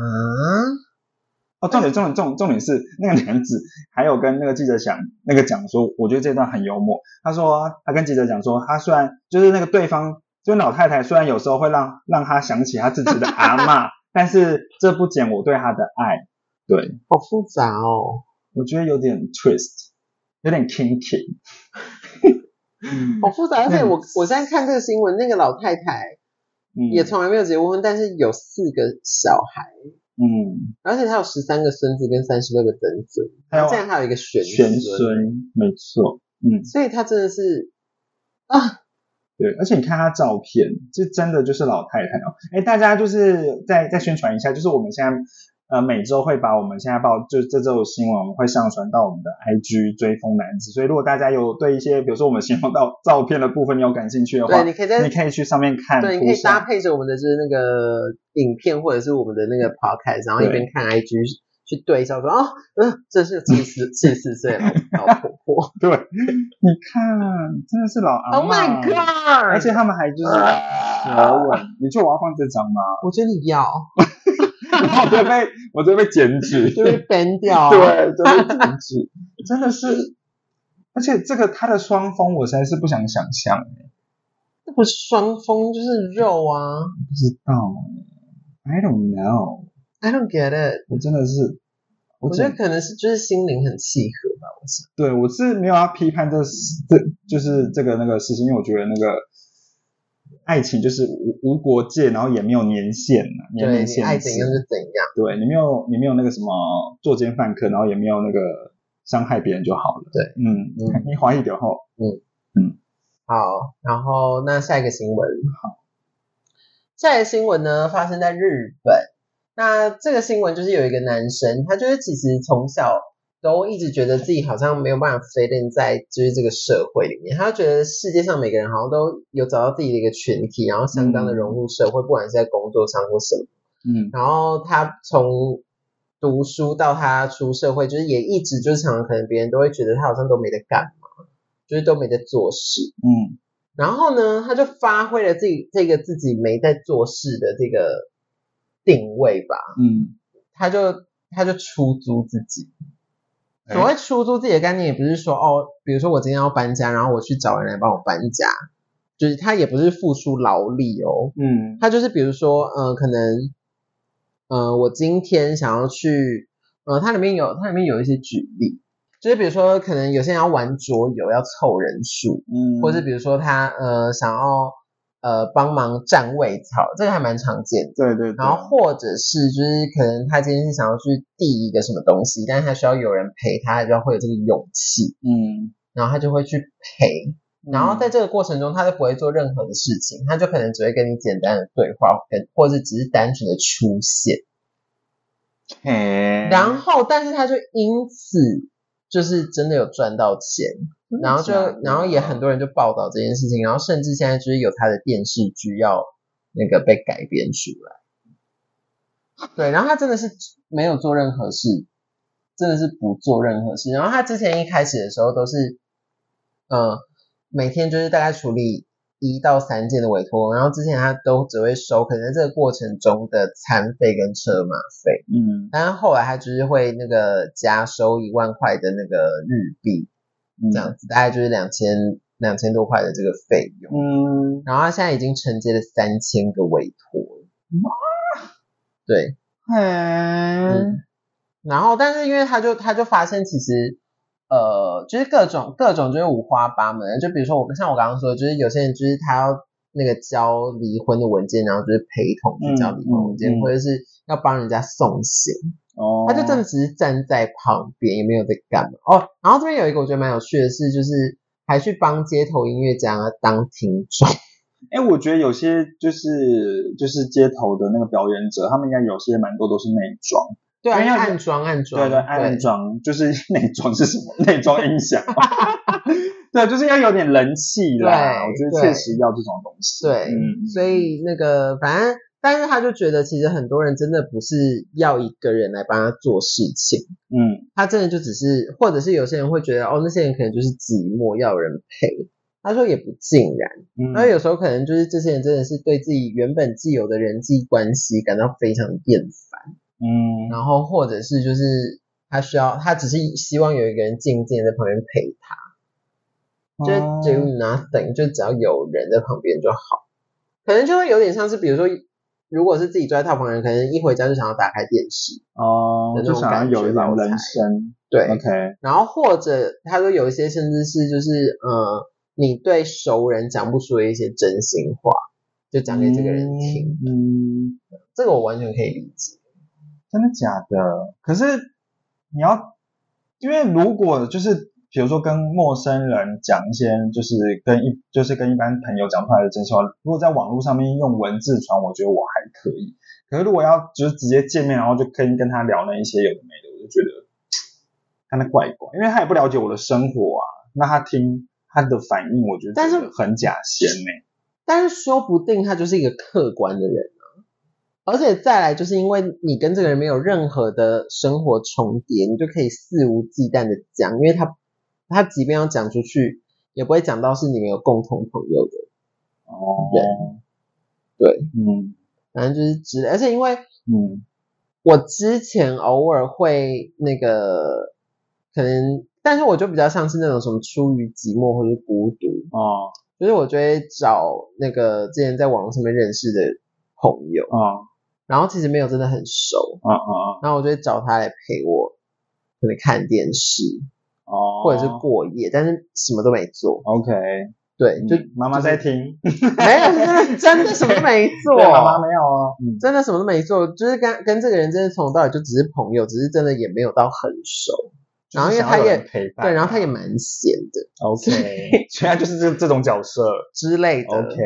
S1: 哦，重点重点重点重点是那个男子还有跟那个记者讲那个讲说，我觉得这段很幽默。他说啊他跟记者讲说，他虽然就是那个对方就是老太太，虽然有时候会让让他想起他自己的阿嬷，但是这不减我对他的爱。对，
S2: 好复杂哦，
S1: 我觉得有点 twist，有点 kinky。嗯
S2: 好复杂。而且
S1: 嗯
S2: 我我现在看这个新闻，那个老太太也从来没有结过婚，但是有四个小孩，
S1: 嗯，
S2: 而且她有十三个孙子跟三十六个曾孙，
S1: 还
S2: 然
S1: 有
S2: 后现在还有一个玄
S1: 玄，孙，没错，嗯，
S2: 所以她真的是啊，
S1: 对，而且你看她照片，这真的就是老太太哦。哎，大家就是再再宣传一下，就是我们现在呃每周会把我们现在报就这周的新闻，我们会上传到我们的 IG 追风男子。所以如果大家有对一些比如说我们形容到照片的部分你有感兴趣的话，
S2: 对，
S1: 你
S2: 你可以在
S1: 可以去上面看，
S2: 对，你可以搭。配着我们的就是那个影片或者是我们的那个 podcast，然后一边看 IG 去对照说，哦，嗯，这是七十七十岁老老婆婆
S1: 对，你看，真的是老阿
S2: ，Oh
S1: 嬷
S2: my god！啊
S1: 而且他们还就是舌吻，你觉得我要放这张吗？
S2: 我觉得你要
S1: 然后我就被我就被检举，
S2: 就被 ban 掉 啊，
S1: 对，就是停止， 真的是，而且这个他的双峰，我实在是不想想象，
S2: 这不是双峰就是肉啊
S1: 不知道，I 欸 don't know，
S2: ，I don't get it。
S1: 我真的是，我
S2: 我觉
S1: 真
S2: 得可能是就是心灵很契合吧，我想。
S1: 对我是没有要批判这这就是这个那个事情，因为我觉得那个。爱情就是无无国界，然后也没有年限呐、年
S2: 对
S1: 龄
S2: 你爱
S1: 限
S2: 怎
S1: 制。
S2: 样就怎样，
S1: 对你没有你没有那个什么作奸犯科，然后也没有那个伤害别人就好了。
S2: 对，
S1: 嗯，
S2: 嗯
S1: 你怀疑点后，
S2: 好，然后那下一个新闻，好，下一个新闻呢发生在日本。那这个新闻就是有一个男生，他就是其实从小都一直觉得自己好像没有办法 fit in 在就是这个社会里面，他就觉得世界上每个人好像都有找到自己的一个群体，然后相当的融入社会，不管是在工作上或什么。
S1: 嗯
S2: 然后他从读书到他出社会，就是也一直就是常常可能别人都会觉得他好像都没得干嘛，就是都没得做事。
S1: 嗯
S2: 然后呢，他就发挥了自己这个自己没在做事的这个定位吧，
S1: 嗯，
S2: 他就他就出租自己。
S1: 哎
S2: 所谓出租自己的概念，也不是说哦，比如说我今天要搬家，然后我去找人来帮我搬家，就是他也不是付出劳力哦，
S1: 嗯
S2: 他就是比如说，呃，可能，呃，我今天想要去，呃，它里面有它里面有一些举例，就是比如说，可能有些人要玩桌游，要凑人数，
S1: 嗯，
S2: 或是比如说他呃想要呃帮忙占位草，这个还蛮常见的。
S1: 对对对，
S2: 然后或者是就是可能他今天是想要去递一个什么东西，但是他需要有人陪他，他就要会有这个勇气，
S1: 嗯，
S2: 然后他就会去陪。然后在这个过程中，他就不会做任何的事情，他就可能只会跟你简单的对话，跟或者只是单纯的出现。
S1: 嘿，
S2: 然后，但是他就因此就是真的有赚到钱，
S1: 真的
S2: 然后就
S1: 假的
S2: 然后也很多人就报道这件事情，然后甚至现在就是有他的电视剧要那个被改编出来。对，然后他真的是没有做任何事，真的是不做任何事。然后他之前一开始的时候都是，呃，每天就是大概处理一到三件的委托，然后之前他都只会收可能在这个过程中的餐费跟车马费，
S1: 嗯
S2: 但是后来他就是会那个加收一万块的那个日币，
S1: 嗯
S2: 这样子大概就是两千两千多块的这个费用。
S1: 嗯，
S2: 然后他现在已经承接了三千个委托了
S1: 哇
S2: 对，
S1: 嘿，
S2: 嗯。然后，但是因为他就他就发现其实，呃，就是各种各种就是五花八门，就比如说我像我刚刚说的，就是有些人就是他要那个交离婚的文件，然后就是陪同去交离婚文
S1: 嗯
S2: 件，
S1: 嗯嗯
S2: 或者是要帮人家送行。
S1: 哦，
S2: 他就真的只是站在旁边，也没有在干嘛哦。然后这边有一个我觉得蛮有趣的事，就是还去帮街头音乐家当听众。
S1: 哎，我觉得有些就是就是街头的那个表演者，他们应该有些蛮多都是内装，
S2: 对
S1: 因
S2: 啊，
S1: 为
S2: 暗装暗装，
S1: 对对，暗装就是 内装是什么？内装音响， 对，就是要有点人气啦。
S2: 对
S1: 我觉得
S2: 对
S1: 确实要这种东西。
S2: 对，
S1: 嗯，
S2: 所以那个反正，但是他就觉得其实很多人真的不是要一个人来帮他做事情，
S1: 嗯
S2: 他真的就只是，或者是有些人会觉得哦，那些人可能就是寂寞，要有人陪。他说也不尽然，
S1: 嗯，
S2: 然后有时候可能就是这些人真的是对自己原本既有的人际关系感到非常厌烦，
S1: 嗯
S2: 然后或者是就是他需要，他只是希望有一个人静静地在旁边陪他。就
S1: 哦
S2: do nothing，就只要有人在旁边就好。可能就会有点像是，比如说，如果是自己住在套房人，可能一回家就想要打开电视，
S1: 哦
S2: 的，那
S1: 就
S2: 种
S1: 想要有一
S2: 感觉
S1: 种
S2: 吧我
S1: 人
S2: 猜
S1: 生。
S2: 对。
S1: OK，
S2: 然后或者他说有一些甚至是就是呃，你对熟人讲不出的一些真心话，就讲给这个人听，
S1: 嗯。嗯，
S2: 这个我完全可以理解。
S1: 真的假的？可是你要，因为如果就是比如说跟陌生人讲一些，就是跟一就是跟一般朋友讲出来的真心话，如果在网络上面用文字传，我觉得我还可以。可是如果要就是直接见面，然后就跟跟他聊那一些有的没的，我就觉得看他怪怪，因为他也不了解我的生活啊。那他听他的反应，我觉得
S2: 但是
S1: 觉得很假先欸呢、
S2: 但是说不定他就是一个客观的人啊。而且再来，就是因为你跟这个人没有任何的生活重叠，你就可以肆无忌惮的讲，因为他他即便要讲出去，也不会讲到是你们有共同朋友的，
S1: 哦，
S2: 对，
S1: 嗯
S2: 反正就是之类。而且因为
S1: 嗯
S2: 我之前偶尔会那个，可能，但是我就比较像是那种什么出于寂寞或者孤独，
S1: 哦
S2: 就是我就会找那个之前在网络上面认识的朋友，
S1: 哦
S2: 然后其实没有真的很熟，
S1: 哦哦
S2: 然后我就会找他来陪我，可能看电视
S1: 哦，
S2: 或者是过夜，但是什么都没做。
S1: OK，嗯
S2: 对， 就、
S1: 妈妈在听，
S2: 没有，真的真的什么都没做，
S1: 对，妈妈没有哦，嗯
S2: 真的什么都没做，就是跟跟这个人真的从头到尾就只是朋友，只是真的也没有到很熟。然后因为他也
S1: 就是想要有人陪伴，
S2: 对，然后他也蛮闲的
S1: OK，所以他就是这这种角色
S2: 之类的。
S1: ，OK，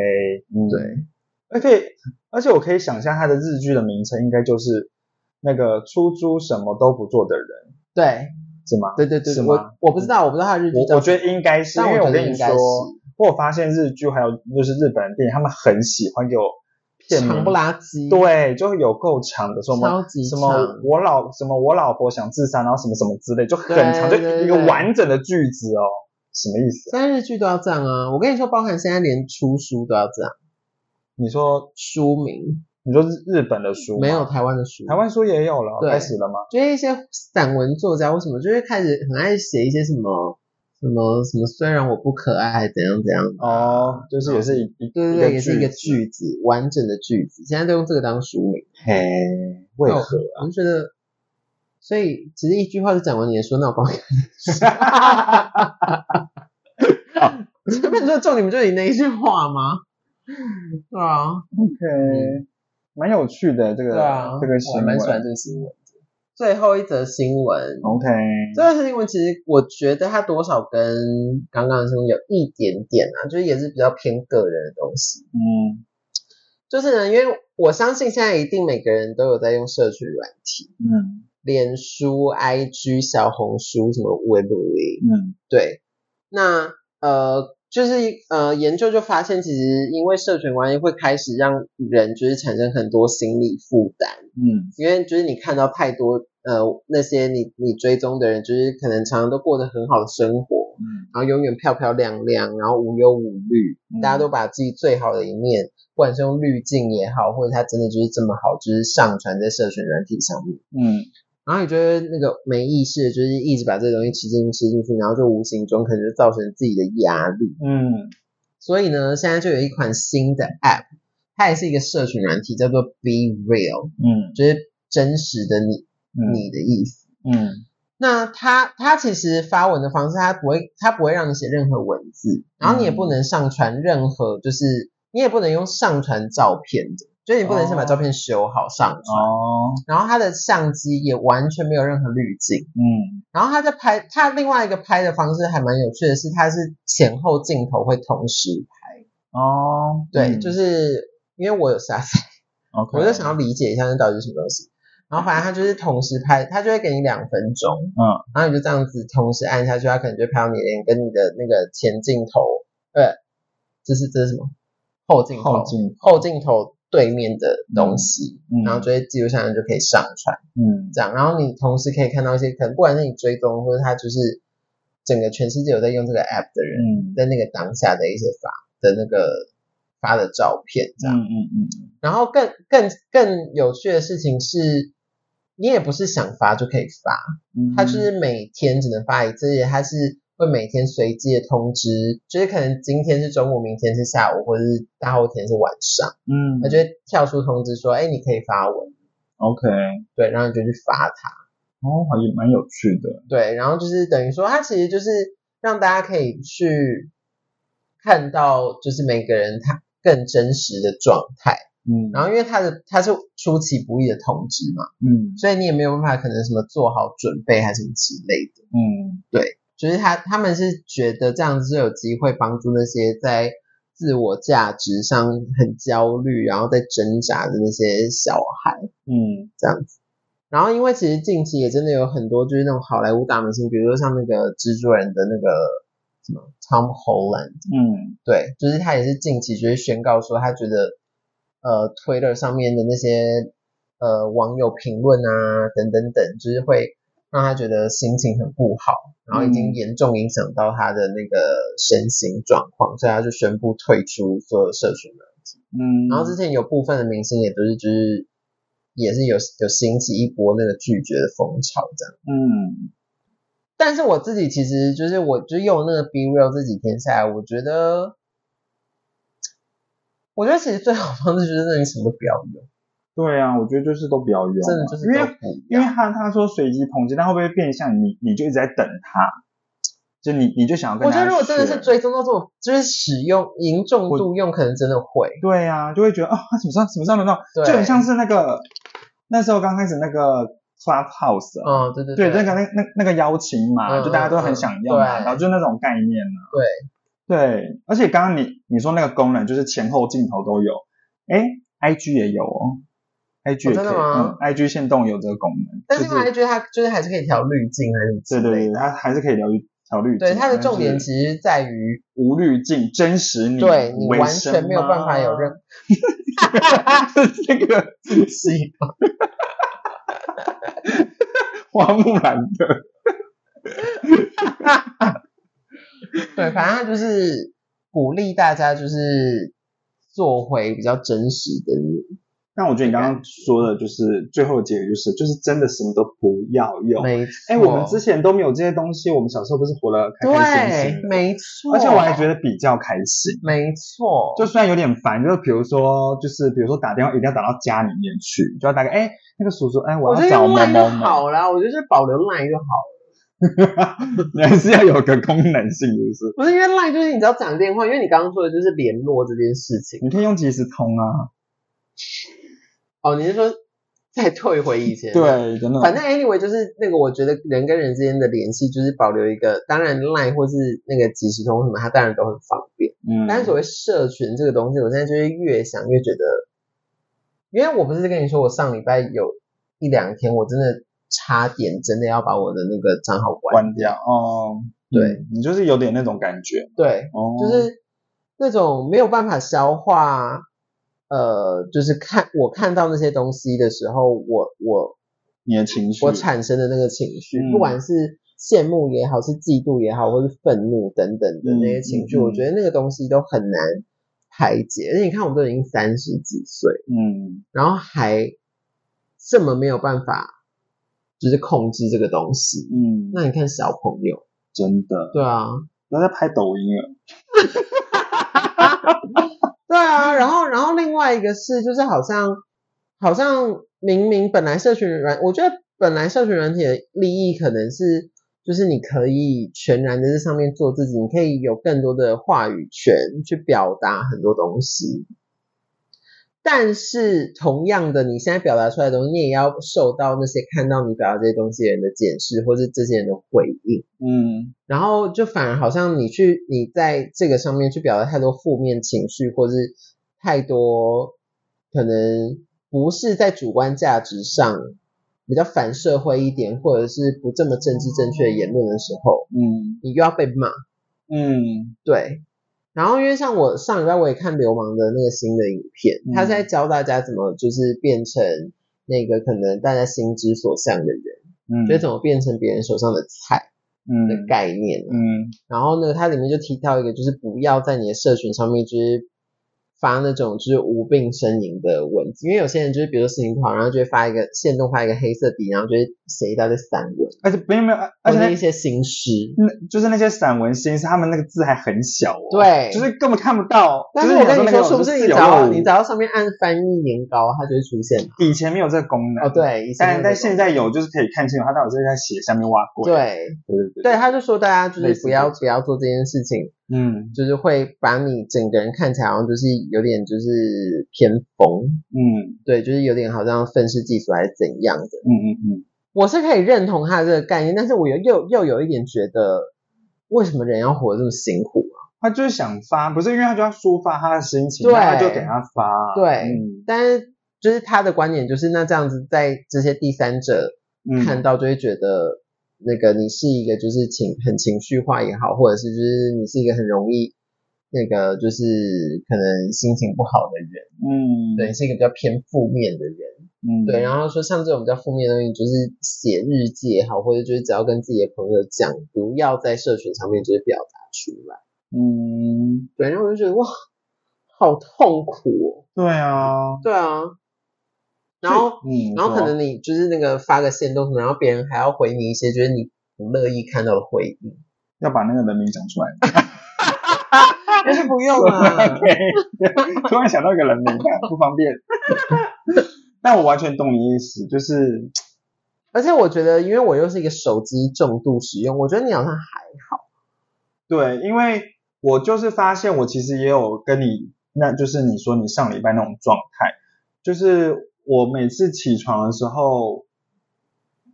S1: 嗯，
S2: 对，
S1: 而且而且我可以想象他的日剧的名称应该就是那个出租什么都不做的人，
S2: 对
S1: 是吗？
S2: 对对对
S1: 是
S2: 对，
S1: 吗
S2: 我我不知道，我不知道他的日剧
S1: 我
S2: 叫
S1: 我觉得应该是，因
S2: 但
S1: 为
S2: 我觉
S1: 跟
S2: 得
S1: 你
S2: 应该是
S1: 说，我有发现日剧还有就是日本的电影，他们很喜欢给我片名
S2: 长不拉几，，
S1: 对，就会有够长的，说什么
S2: 超级
S1: 什么
S2: 长
S1: 我老什么我老婆想自杀，然后什么什么之类，就很
S2: 对
S1: 长，
S2: 对对
S1: 就一个
S2: 对
S1: 完整的句子哦，什么意思、啊？
S2: 现在日剧都要这样啊。我跟你说，包含现在连出书都要这样，
S1: 你说
S2: 书名
S1: 你说日日本的书吗
S2: 没有，台湾的书，
S1: 台湾书也有了，
S2: 对
S1: 开始了吗？
S2: 就是一些散文作家为什么就会开始很爱写一些什么什么什么，虽然我不可爱，怎样怎样的啊，
S1: 哦，就是也是一一一个
S2: 对对对，也是一个
S1: 子
S2: 句子，完整的句子，现在都用这个当书名，
S1: 嘿，为
S2: 那
S1: 何
S2: 我？我就觉得，所以其实一句话就讲完你的说，那我帮你， 根本就重点不就是你那一句话吗？对啊，
S1: OK，蛮有趣的这个
S2: 对啊，
S1: 这个
S2: 我还
S1: 新闻
S2: 蛮喜欢这个新闻的。最后一则新闻，
S1: ，OK，
S2: 这个新闻其实我觉得它多少跟刚刚的新闻有一点点啊，就是也是比较偏个人的东西。
S1: 嗯
S2: 就是呢，因为我相信现在一定每个人都有在用社群软体，
S1: 嗯
S2: 脸书、IG、小红书什么 w e b l
S1: 嗯
S2: 对，那呃。就是呃，研究就发现，其实因为社群关系会开始让人就是产生很多心理负担，
S1: 嗯
S2: 因为就是你看到太多呃那些你你追踪的人，就是可能常常都过得很好的生活，
S1: 嗯
S2: 然后永远漂漂亮亮，然后无忧无虑，
S1: 嗯
S2: 大家都把自己最好的一面，不管是用滤镜也好，或者他真的就是这么好，就是上传在社群软体上面。
S1: 嗯，
S2: 然后你觉得那个没意识，就是一直把这个东西吃进吃进去，然后就无形中可能就造成自己的压力。
S1: 嗯
S2: 所以呢，现在就有一款新的 App，它也是一个社群软体，叫做 Be Real，
S1: 嗯
S2: 就是真实的你，
S1: 嗯
S2: 你的意思。
S1: 嗯
S2: 那它它其实发文的方式，它不会它不会让你写任何文字，然后你也
S1: 嗯
S2: 不能上传任何，就是你也不能用上传照片的，就是你不能先把
S1: 哦
S2: 照片修好上传。
S1: 哦
S2: 然后它的相机也完全没有任何滤镜。
S1: 嗯
S2: 然后他在拍，他另外一个拍的方式还蛮有趣的是，他是前后镜头会同时拍。
S1: 哦，
S2: 对，
S1: 嗯
S2: 就是因为我有 下载，
S1: OK，
S2: 我就想要理解一下那到底是什么东西。然后反正他就是同时拍，他就会给你两分钟，
S1: 嗯，
S2: 然后你就这样子同时按下去，他可能就拍到你的脸跟你的那个前镜头，呃，这是这是什么？后镜头，
S1: 后镜
S2: 后镜头对面的东西，
S1: 嗯嗯
S2: 然后就会记录下来，就可以上传。
S1: 嗯
S2: 这样，然后你同时可以看到一些可能不管是你追踪或者他就是整个全世界有在用这个 app 的人，
S1: 嗯
S2: 在那个当下的一些发的那个发的照片这样。
S1: 嗯嗯
S2: 然后更更更有趣的事情是，你也不是想发就可以发，
S1: 嗯，
S2: 它就是每天只能发一次，而且它是。会每天随机的通知，就是可能今天是中午，明天是下午，或者是大后天是晚上，
S1: 嗯，
S2: 它就会跳出通知说，哎，你可以发文，
S1: OK，
S2: 对，然后你就去发它。
S1: 哦，还蛮有趣的，
S2: 对，然后就是等于说，它其实就是让大家可以去看到，就是每个人他更真实的状态。
S1: 嗯，
S2: 然后因为它的它是出其不意的通知嘛，
S1: 嗯
S2: 所以你也没有办法可能什么做好准备还是什么之类的。
S1: 嗯
S2: 就是他他们是觉得这样子是有机会帮助那些在自我价值上很焦虑，然后在挣扎的那些小孩。
S1: 嗯
S2: 这样子。然后因为其实近期也真的有很多就是那种好莱坞大明星，比如说像那个蜘蛛人的那个什么 Tom Holland，
S1: 嗯
S2: 对，就是他也是近期就是宣告说他觉得呃 Twitter 上面的那些呃网友评论啊等等等，就是会让他觉得心情很不好，然后已经
S1: 嗯
S2: 严重影响到他的那个身心状况，所以他就宣布退出所有社群了。
S1: 嗯，
S2: 然后之前有部分的明星也都是就是也是有有兴起一波那个拒绝的风潮这样。
S1: 嗯
S2: 但是我自己其实就是我就用那个 Be Real 这几天下来，我觉得，我觉得其实最好的方式就是那你什么都不要用，
S1: 对啊，我觉得就是都比较用啊，
S2: 真的就是
S1: 因
S2: 都啊
S1: 为
S2: 不
S1: 因为
S2: 要。
S1: 他他说随机统计，但会不会变相你你就一直在等他，就你你就想要跟
S2: 我觉
S1: 他
S2: 得如果真的是
S1: 学
S2: 追踪到这种，就是使用严重度用，可能真的会。
S1: 对啊，就会觉得啊、他什么时候什么时候轮到，
S2: 对
S1: 就很像是那个那时候刚开始那个 Clubhouse，、啊
S2: 嗯，对对
S1: 对，那个那那那个邀请码，
S2: 嗯
S1: 就大家都很想要嘛，
S2: 嗯嗯对
S1: 然后就那种概念呢、啊。对对，而且刚刚你你说那个功能就是前后镜头都有，哎，IG 也有哦，IG 也可
S2: 哦真
S1: 以，
S2: 的吗
S1: 嗯，IG 限动有这个功能，
S2: 但是
S1: 就
S2: 我还
S1: 是
S2: 觉得它就是还是可以调滤镜还是
S1: 对
S2: 之类
S1: 对
S2: 的
S1: 对，它还是可以调滤调滤镜，
S2: 对它的
S1: 但
S2: 重点
S1: 是
S2: 其实在于
S1: 无滤镜，真实你，
S2: 对你
S1: 为
S2: 完
S1: 什
S2: 全没有办法有
S1: 么
S2: 任何
S1: 这个
S2: 自信。
S1: 花木兰的，
S2: 对，反正他就是鼓励大家就是做回比较真实的你。
S1: 但我觉得你刚刚说的就是最后的结局就是就是真的什么都不要用，
S2: 没错，
S1: 哎、我们之前都没有这些东西，我们小时候不是活得开开心
S2: 对
S1: 心，的，
S2: 没错，
S1: 而且我还觉得比较开心。
S2: 没错，
S1: 就虽然有点烦，就是比如说，就是比如说打电话一定要打到家里面去，就要打个哎、那个叔叔哎、我
S2: 我觉
S1: 要找
S2: 得用
S1: 某
S2: 赖
S1: 某
S2: 就
S1: 某，
S2: 好啦，我觉得就是保留赖就好了。
S1: 你还是要有个功能性，是不是？
S2: 不是因为赖就是你只要讲电话，因为你刚刚说的就是联络这件事情。
S1: 你可以用即时通啊，
S2: 哦，你是说再退回以前？。
S1: 对，真的，
S2: 反正 anyway 就是那个，我觉得人跟人之间的联系就是保留一个，当然 line 或是那个即时通什么，它当然都很方便。
S1: 嗯，
S2: 但是所谓社群这个东西，我现在就是越想越觉得，因为我不是跟你说，我上礼拜有一两天，我真的差点真的要把我的那个账号关。
S1: 关掉哦，
S2: 对
S1: 嗯你就是有点那种感觉
S2: 对，
S1: 哦，
S2: 就是那种没有办法消化，呃，就是看我看到那些东西的时候，我我
S1: 你的情绪，
S2: 我产生的那个情绪，
S1: 嗯
S2: 不管是羡慕也好，是嫉妒也好，或是愤怒等等的
S1: 嗯
S2: 那些情绪，
S1: 嗯嗯
S2: 我觉得那个东西都很难排解。而且你看，我们都已经三十几岁，
S1: 嗯
S2: 然后还这么没有办法，就是控制这个东西。
S1: 嗯，
S2: 那你看小朋友，
S1: 真的
S2: 对啊，
S1: 不要再拍抖音了，
S2: 对啊，然后然后另外一个是，就是好像好像明明本来社群软，我觉得本来社群软体的利益可能是，就是你可以全然的在上面做自己，你可以有更多的话语权去表达很多东西。但是同样的，你现在表达出来的东西，你也要受到那些看到你表达这些东西的人的检视，或是这些人的回应。
S1: 嗯
S2: 然后就反而好像你去你在这个上面去表达太多负面情绪，或是太多可能不是在主观价值上比较反社会一点，或者是不这么政治正确的言论的时候，
S1: 嗯
S2: 你又要被骂。
S1: 嗯
S2: 对，然后因为像我上礼拜我也看流氓的那个新的影片，
S1: 嗯
S2: 他是在教大家怎么就是变成那个可能大家心之所向的人，
S1: 嗯，
S2: 就是怎么变成别人手上的菜
S1: 嗯
S2: 的概念啊、
S1: 嗯
S2: 然后呢，它里面就提到一个，就是不要在你的社群上面就是发那种就是无病呻吟的文字，因为有些人就是比如说心情不好，然后就会发一个限动发一个黑色底，然后就会写一大堆散文，
S1: 而且没有没有，而
S2: 或
S1: 且
S2: 者
S1: 那
S2: 一些新诗。
S1: 那就是那些散文新诗，他们那个字还很小哦，
S2: 对
S1: 就是根本看不到。
S2: 但
S1: 就是
S2: 我跟你说，
S1: 是
S2: 是不是你只要
S1: 找
S2: 你只要上面按翻译年糕，它就会出现？
S1: 以前没有这个功能
S2: 哦，，对，以前
S1: 但
S2: 有
S1: 但
S2: 这种
S1: 现在有，就是可以看清楚他到底是在写下面挖过。
S2: 对
S1: 对对对
S2: 对，他就说大家就
S1: 类
S2: 是
S1: 似
S2: 不
S1: 这
S2: 要
S1: 种
S2: 不要做这件事情，
S1: 嗯
S2: 就是会把你整个人看起来好像就是有点就是偏疯，
S1: 嗯
S2: 对，就是有点好像愤世嫉俗还是怎样的。
S1: 嗯嗯
S2: 我是可以认同他的这个概念，但是我又又又有一点觉得，为什么人要活得这么辛苦啊？
S1: 嗯，他就是想发，不是因为他就要抒发他的心情，
S2: 对
S1: 那他就给他发。
S2: 对
S1: 嗯
S2: 但是就是他的观点就是，那这样子在这些第三者
S1: 嗯，
S2: 看到就会觉得，那个你是一个就是情很情绪化也好，或者是就是你是一个很容易那个就是可能心情不好的人，
S1: 嗯
S2: 对，你是一个比较偏负面的人。
S1: 嗯
S2: 对，然后说像这种比较负面的东西，就是写日记也好，或者就是只要跟自己的朋友讲，不要在社群上面就是表达出来。
S1: 嗯
S2: 对，然后我就觉得哇，好痛苦
S1: 对啊
S2: 哦。，对啊，然后
S1: 嗯
S2: 然后可
S1: 是吧
S2: 能你啊就是那个发个限动什么，然后别人还要回你一些就是你不乐意看到的回应。
S1: 要把那个人名讲出来。
S2: 但是不用 啊，
S1: OK，突然想到一个人名，但不方便。 但我完全懂你意思，就是
S2: 而且我觉得，因为我又是一个手机重度使用，我觉得你好像还好。
S1: 对，因为我就是发现，我其实也有跟你，那就是你说你上礼拜那种状态，就是我每次起床的时候，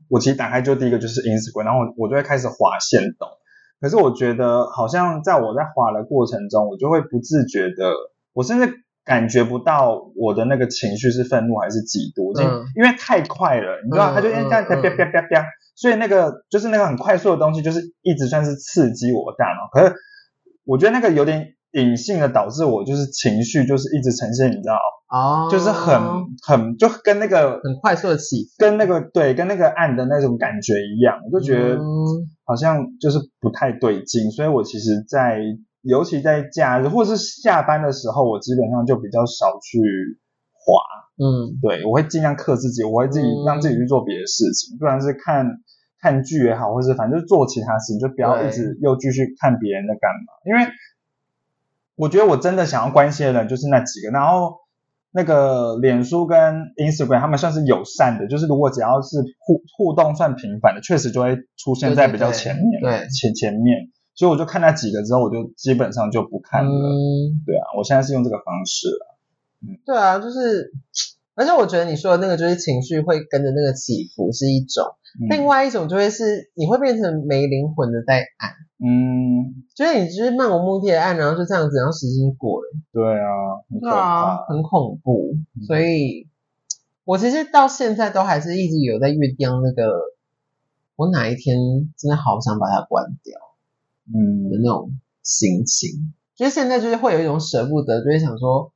S1: 我其实打开就第一个就是 Instagram，然后我我就会开始划线动。可是我觉得好像在我在划的过程中，我就会不自觉的，我甚至感觉不到我的那个情绪是愤怒还是嫉妒，就
S2: 嗯
S1: 因为太快了，你知道，
S2: 嗯
S1: 它就因为这样
S2: 嗯
S1: 啪啪
S2: 嗯
S1: 啪啪啪，所以那个就是那个很快速的东西，就是一直算是刺激我的大脑。可是我觉得那个有点隐性的导致我就是情绪就是一直呈现，你知道，
S2: 哦，
S1: 就是很很就跟那个
S2: 很快速的起飞，
S1: 跟那个对跟那个暗的那种感觉一样，我就觉得
S2: 嗯
S1: 好像就是不太对劲。所以我其实在，尤其在假日或是下班的时候，我基本上就比较少去滑。
S2: 嗯，
S1: 对，我会尽量克自己，我会自己
S2: 嗯
S1: 让自己去做别的事情，不然是看看剧也好，或是反正就是做其他事情，就不要
S2: 对
S1: 一直又继续看别人在干嘛。因为我觉得我真的想要关心的人就是那几个，然后那个脸书跟 Instagram 他们算是友善的，就是如果只要是互互动算频繁的，确实就会出现在比较前面，
S2: 对对对
S1: 前前面。所以我就看那几个之后，我就基本上就不看了。
S2: 嗯，
S1: 对啊，我现在是用这个方式了。嗯
S2: 对啊，就是，而且我觉得你说的那个就是情绪会跟着那个起伏是一种，
S1: 嗯
S2: 另外一种就会是你会变成没灵魂的在按，
S1: 嗯，
S2: 就是你就是漫无目的的按，然后就这样子，然后时间过了，
S1: 对啊，很可
S2: 对
S1: 怕。
S2: 啊，很恐怖。所以，我其实到现在都还是一直有在酝酿那个，我哪一天真的好想把它关掉的
S1: 嗯
S2: 那种心情，就是现在就是会有一种舍不得，就会想说，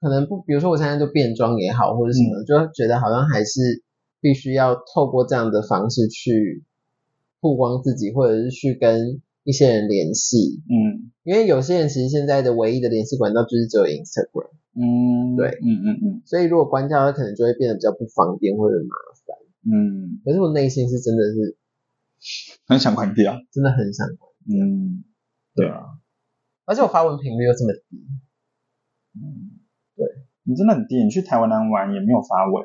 S2: 可能不，比如说我现在就变装也好，或者什么，就会觉得好像还是必须要透过这样的方式去曝光自己，或者是去跟一些人联系。
S1: 嗯
S2: 因为有些人其实现在的唯一的联系管道就是只有 Instagram，
S1: 嗯，
S2: 对
S1: 嗯嗯嗯
S2: 所以如果关掉，它可能就会变得比较不方便或者麻烦。
S1: 嗯，
S2: 可是我内心是真的是
S1: 很想关掉。
S2: 真的很想关，
S1: 嗯，对啊，
S2: 而且我发文频率又这么低，
S1: 你真的很低，你去台湾南玩也没有发文，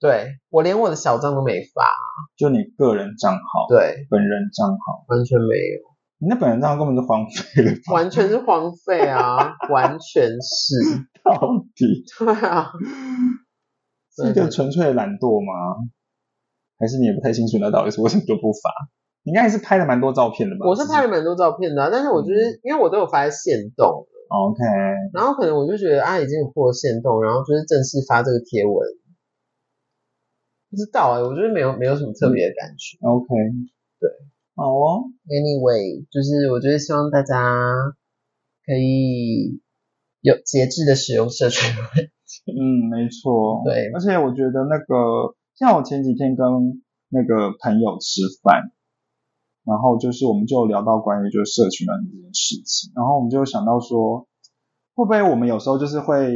S2: 对我连我的小账都没发，
S1: 就你个人账号、
S2: 对，
S1: 本人账号，
S2: 完全没有，
S1: 你那本人账号根本就荒废了吧？
S2: 完全是荒废啊， 完全是，
S1: 到底
S2: 对啊，
S1: 是一个纯粹的懒惰吗？还是你也不太清楚那到底是为什么就不发？你应该还是拍了蛮多照片的吧？
S2: 我是拍
S1: 了
S2: 了蛮多照片的啊、但是我就是因为我都有发在线动，
S1: OK，
S2: 然后可能我就觉得啊已经有破线动，然后就是正式发这个贴文，不知道哎、我觉得没有没有什么特别的感觉。
S1: OK，
S2: 对，
S1: 好哦，
S2: Anyway，就是我觉得希望大家可以有节制的使用社群，
S1: 嗯，没错，
S2: 对
S1: 而且我觉得那个，像我前几天跟那个朋友吃饭，然后就是我们就聊到关于就是社群软体这件事情，然后我们就想到说，会不会我们有时候就是会，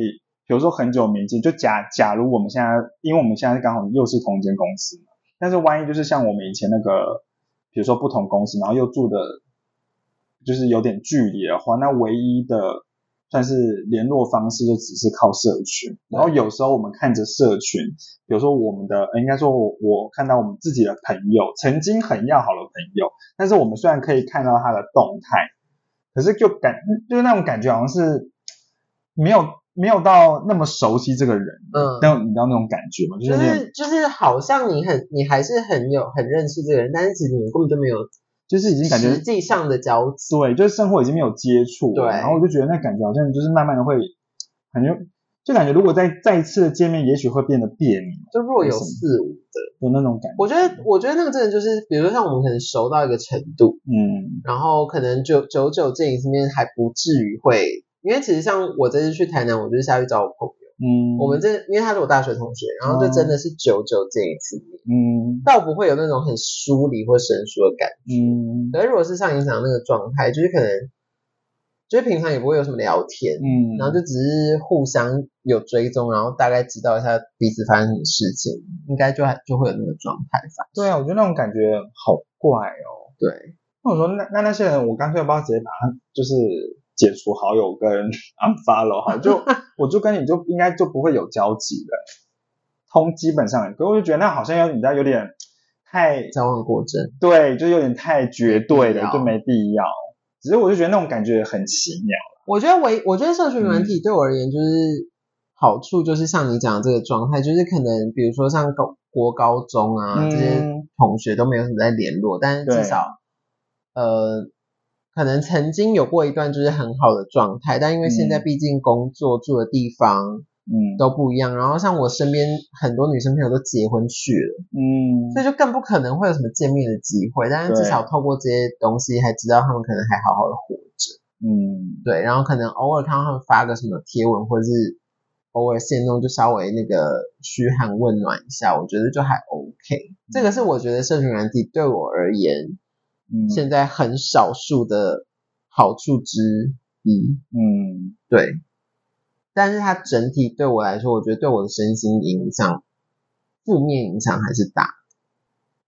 S1: 比如说很久没见，就假假如我们现在，因为我们现在刚好又是同一间公司嘛，但是万一就是像我们以前那个，比如说不同公司，然后又住的，就是有点距离的话，那唯一的算是联络方式就只是靠社群。然后有时候我们看着社群，比如说我们的，呃应该说我我看到我们自己的朋友，曾经很要好的朋友，但是我们虽然可以看到他的动态，可是就感就是那种感觉好像是没有没有到那么熟悉这个人，
S2: 嗯，
S1: 那种你知道那种感觉吗？就是
S2: 就
S1: 有点
S2: 是就是好像你很你还是很有很认识这个人，但是其实你们根本就没有
S1: 就是已经感觉
S2: 实际上的交集，
S1: 对，就是生活已经没有接触了，
S2: 对
S1: 然后我就觉得那感觉好像就是慢慢的会，感觉就感觉如果再再一次的见面，也许会变得别扭
S2: 就若有
S1: 没什么
S2: 似无的。
S1: 的那种感觉。
S2: 我觉得，我觉得那个真的就是，比如说像我们可能熟到一个程度，
S1: 嗯
S2: 然后可能久久久见一次面还不至于会，因为其实像我这次去台南，我就是下去找我朋友，
S1: 嗯，哦
S2: 我们这因为他是我大学同学，然后就真的是久久见一次面，
S1: 嗯
S2: 倒不会有那种很疏离或生疏的感觉。
S1: 嗯
S2: 可是如果是像你讲的那个状态，就是可能就是平常也不会有什么聊天，
S1: 嗯，
S2: 然后就只是互相有追踪，然后大概知道一下彼此发生什么事情，应该就还就会有那个状态吧。
S1: 对啊，我觉得那种感觉好怪哦。
S2: 对。
S1: 那我说那那那些人，我干脆要不要直接把他就是解除好友跟 unfollow 好了， 就我就跟你就应该就不会有交集了。通基本上，可我就觉得那好像有你知道有点太
S2: 交往过正，
S1: 对，就有点太绝对
S2: 没必
S1: 了，
S2: 要
S1: 就没必要。只是我就觉得那种感觉很奇妙。
S2: 我觉得唯我觉得社群软体
S1: 嗯
S2: 对我而言就是好处，就是像你讲的这个状态，就是可能比如说像高国高中啊、
S1: 嗯
S2: 这些同学都没有什么在联络，但是至
S1: 对
S2: 少呃可能曾经有过一段就是很好的状态，但因为现在
S1: 嗯
S2: 毕竟工作住的地方
S1: 嗯
S2: 都不一样，然后像我身边很多女生朋友都结婚去了，
S1: 嗯
S2: 所以就更不可能会有什么见面的机会，但是至
S1: 对
S2: 少透过这些东西，还知道他们可能还好好的活着。
S1: 嗯，
S2: 对，然后可能偶尔看到他们发个什么贴文，或者是偶尔线动，就稍微那个嘘寒问暖一下，我觉得就还 OK。这个是我觉得社群软体对我而言，
S1: 嗯
S2: 现在很少数的好处之一。
S1: 嗯
S2: 对，但是它整体对我来说，我觉得对我的身心影响，负面影响还是大。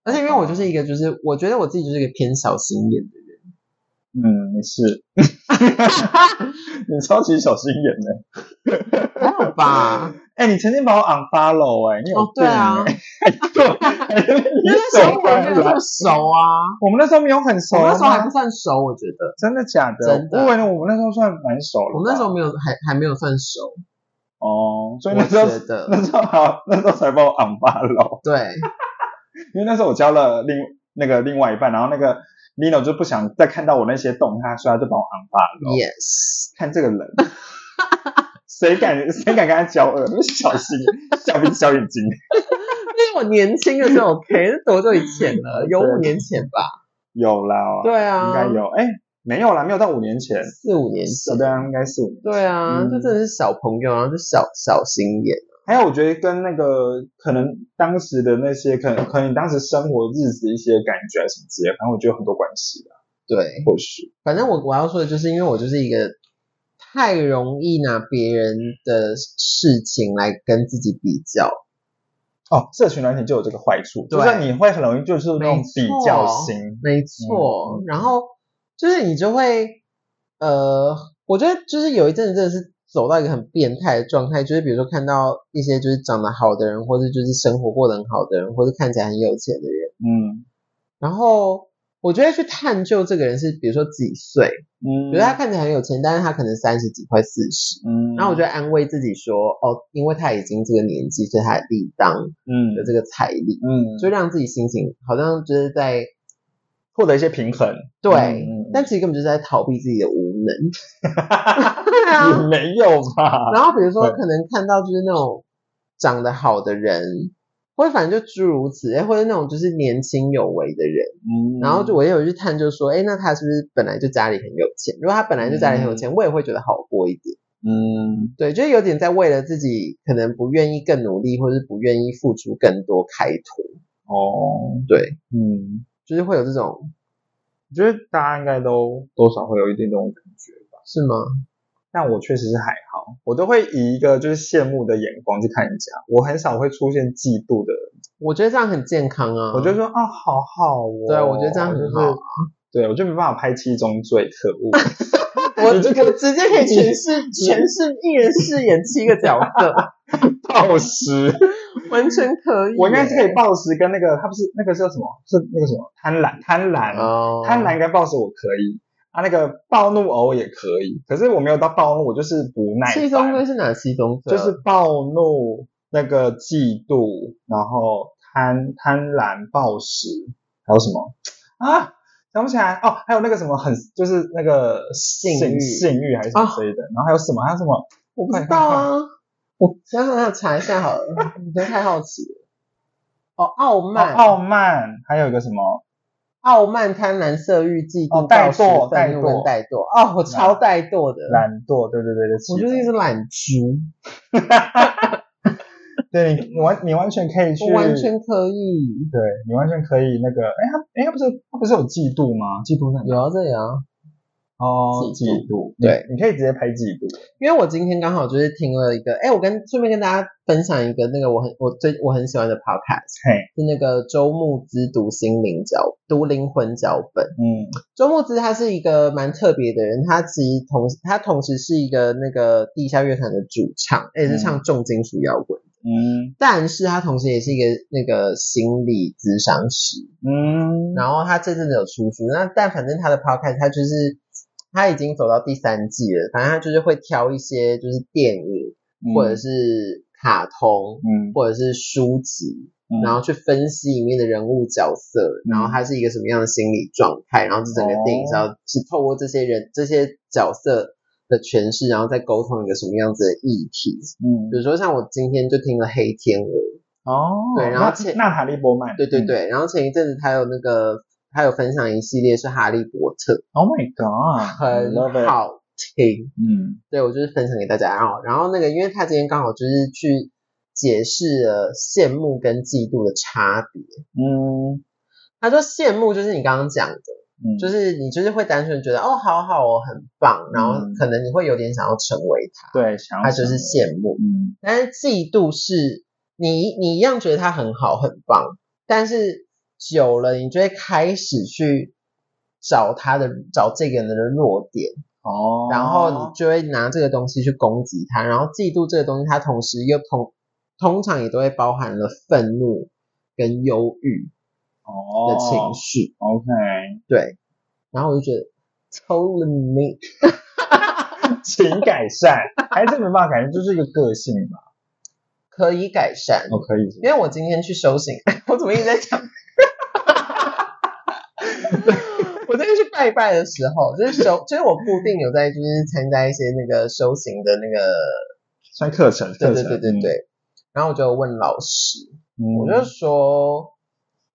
S2: 而且因为我就是一个，就是我觉得我自己就是一个偏小心眼的人。
S1: 嗯，你是， 你超级小心眼的。
S2: 还好吧？
S1: 哎、你曾经把我 unfollow 哎、你有
S2: 哦，
S1: 病
S2: 对
S1: 哎、
S2: 啊，
S1: 对，
S2: 因为
S1: 你
S2: 那时候
S1: 走
S2: 我们
S1: 回
S2: 没有那
S1: 来
S2: 么。熟 啊，
S1: 我们那时候没有很熟
S2: 我们那时候还
S1: 吗
S2: 不？算熟，我觉得
S1: 真的假的？
S2: 真
S1: 我
S2: 的
S1: 以为我们那时候算蛮熟了吧。
S2: 我们那时候没有还还没有算熟，
S1: 哦，所以
S2: 我
S1: 那时候
S2: 觉得
S1: 那时候好，那时候才把我 unfollow。
S2: 对
S1: 因为那时候我交了另那个另外一半，然后那个 Nino 就不想再看到我那些动态，所以他就把我 unfollow。
S2: ，yes，
S1: 看这 个人，谁敢谁敢跟他交恶？那小心 小鼻子小眼睛，
S2: 因为我年轻的时候 OK，是多久以前了？有五
S1: 对
S2: 年前吧？
S1: 有啦，
S2: 对啊，
S1: 应该有，哎，没有啦，没有到五年前，
S2: 四五年
S1: 哦
S2: 前。
S1: 对啊，应该四五年。
S2: 对啊，
S1: 嗯
S2: 就真的是小朋友，然后就小小心眼，
S1: 还还有我觉得跟那个可能当时的那些，可能可能你当时生活日子一些感觉啊什么之类的，反正我觉得有很多关系啊，
S2: 对，
S1: 或许
S2: 反正我我要说的就是，因为我就是一个太容易拿别人的事情来跟自己比较，
S1: 哦，社群软体就有这个坏处，
S2: 对
S1: 就是你会很容易就是那种
S2: 没错
S1: 比较心，
S2: 没错。
S1: 嗯嗯
S2: 然后就是你就会，呃，我觉得就是有一阵子真的是走到一个很变态的状态，就是比如说看到一些就是长得好的人，或者就是生活过得很好的人，或者看起来很有钱的人，
S1: 嗯
S2: 然后我就会去探究这个人是比如说几岁，
S1: 嗯，
S2: 比如他看起来很有钱，但是他可能三十几快四十。
S1: 嗯，
S2: 然后我就
S1: 得
S2: 安慰自己说，哦，因为他已经这个年纪，所以他理当
S1: 嗯
S2: 有这个财力，
S1: 嗯，
S2: 就让自己心情好像就是在
S1: 获得一些平衡，
S2: 对，
S1: 嗯嗯嗯
S2: 但其实根本就是在逃避自己的无能。啊
S1: 也没有吧，
S2: 然后比如说
S1: 啊对
S2: 可能看到就是那种长得好的人，或者反正就诸如此类，或者那种就是年轻有为的人，
S1: 嗯，
S2: 然后就我也有去探究说，哎，那他是不是本来就家里很有钱？如果他本来就家里很有钱，我也会觉得好过一点。
S1: 嗯
S2: 对，就是有点在为了自己可能不愿意更努力，或者是不愿意付出更多开脱，
S1: 哦
S2: 对，
S1: 嗯。
S2: 就是会有这种
S1: 我觉得大家应该都多少会有一点这种感觉吧，
S2: 是吗？
S1: 但我确实是还好，我都会以一个就是羡慕的眼光去看人家，我很少会出现嫉妒的，
S2: 我觉得这样很健康啊。
S1: 我就说啊，好好哦，
S2: 对我觉得这样很好啊
S1: 就是对我就没办法拍七宗罪，可恶，
S2: 我
S1: 你这个
S2: 我直接可以诠释诠释一人饰演七个角 色，
S1: 暴食，
S2: 完全可以耶。
S1: 我应该是可以暴食跟那个他不是那个叫什么，是那个什么贪婪，贪婪，
S2: 哦，
S1: 贪婪跟暴食我可以。啊，那个暴怒偶也可以，可是我没有到暴怒，我就是不耐烦。
S2: 七宗罪是哪七宗罪
S1: 就
S2: 啊？
S1: 是暴怒、那个嫉妒，然后贪贪婪、暴食，还有什么啊？想不起来哦，还有那个什么很就是那个性
S2: 性欲
S1: 性欲还是什么之类的，然后还有什么还有什么
S2: 我不知道啊，我想想想查一下好了，你真太好奇了。哦，傲
S1: 哦
S2: 慢，
S1: 傲慢，还有一个什么
S2: 傲慢、贪婪、色欲、嫉妒、
S1: 哦怠
S2: 暴食
S1: 惰怠
S2: 愤怒跟
S1: 惰
S2: 怠惰。哦，我超怠惰的，
S1: 懒惰，对对对对，
S2: 我就是一
S1: 是
S2: 只懒猪，
S1: 对你你完你完全可以去
S2: 我完全可以。
S1: 对你完全可以那个，哎他哎他不是他不是有嫉妒吗？嫉妒在哪？
S2: 有啊，这里啊，
S1: 哦，嫉
S2: 嫉妒
S1: 妒，
S2: 对
S1: 你，你可以直接拍嫉妒，
S2: 因为我今天刚好就是听了一个，哎，我跟顺便跟大家分享一个那个我很我最我很喜欢的 podcast，
S1: 嘿，
S2: 是那个周牧之读心灵脚读灵魂脚本。
S1: 嗯
S2: 周牧之他是一个蛮特别的人，他其实同他同时是一个那个地下乐团的主唱，而且是唱重金属摇滚，
S1: 嗯
S2: 但是他同时也是一个那个心理咨商师。
S1: 嗯，
S2: 然后他这阵子有出书，那但反正他的 podcast 他就是他已经走到第三季了，反正他就是会挑一些就是电影或者是卡通
S1: 嗯，
S2: 或者是书籍，
S1: 嗯
S2: 然后去分析里面的人物角色，然后他是一个什么样的心理状态，然后这整个电影是要是透过这些人这些角色的诠释，然后再沟通一个什么样子的议题。
S1: 嗯
S2: 比如说像我今天就听了黑天鹅，
S1: 哦，
S2: 对然后前
S1: 娜娜塔莉波曼，
S2: 对对
S1: 嗯
S2: 对，然后前一阵子他有那个他有分享一系列是哈利波特，
S1: ，Oh my God，
S2: 很
S1: love it，
S2: 好听。
S1: 嗯
S2: 对，我就是分享给大家。然后，然后那个，因为他今天刚好就是去解释了羡慕跟嫉妒的差别。
S1: 嗯
S2: 他说羡慕就是你刚刚讲的，
S1: 嗯，
S2: 就是你就是会单纯觉得哦，好好哦，很棒，然后
S1: 嗯
S2: 可能你会有点想要成为他，
S1: 对，想要
S2: 他就
S1: 成为
S2: 是羡慕。
S1: 嗯
S2: 但是嫉妒是你你一样觉得他很好很棒，但是久了你就会开始去找他的找这个人的弱点，
S1: 哦，
S2: 然后你就会拿这个东西去攻击他，然后嫉妒这个东西，它同时又通通常也都会包含了愤怒跟忧郁
S1: 哦
S2: 的情绪，
S1: ，OK，哦
S2: 对，然后我就觉得。Totally me，
S1: 请改善，还是没办法改善，就是一个个性吧，
S2: 可以改善，
S1: 哦，可以，
S2: 因为我今天去修行， 我怎么一直在讲？ 我今天去拜拜的时候，就是修，就是我固定有在就是参加一些那个修行的那个，
S1: 算课程，
S2: 对
S1: 课
S2: 对
S1: 程，
S2: 对对对。
S1: 嗯，
S2: 然后我就问老师，
S1: 嗯
S2: 我就说，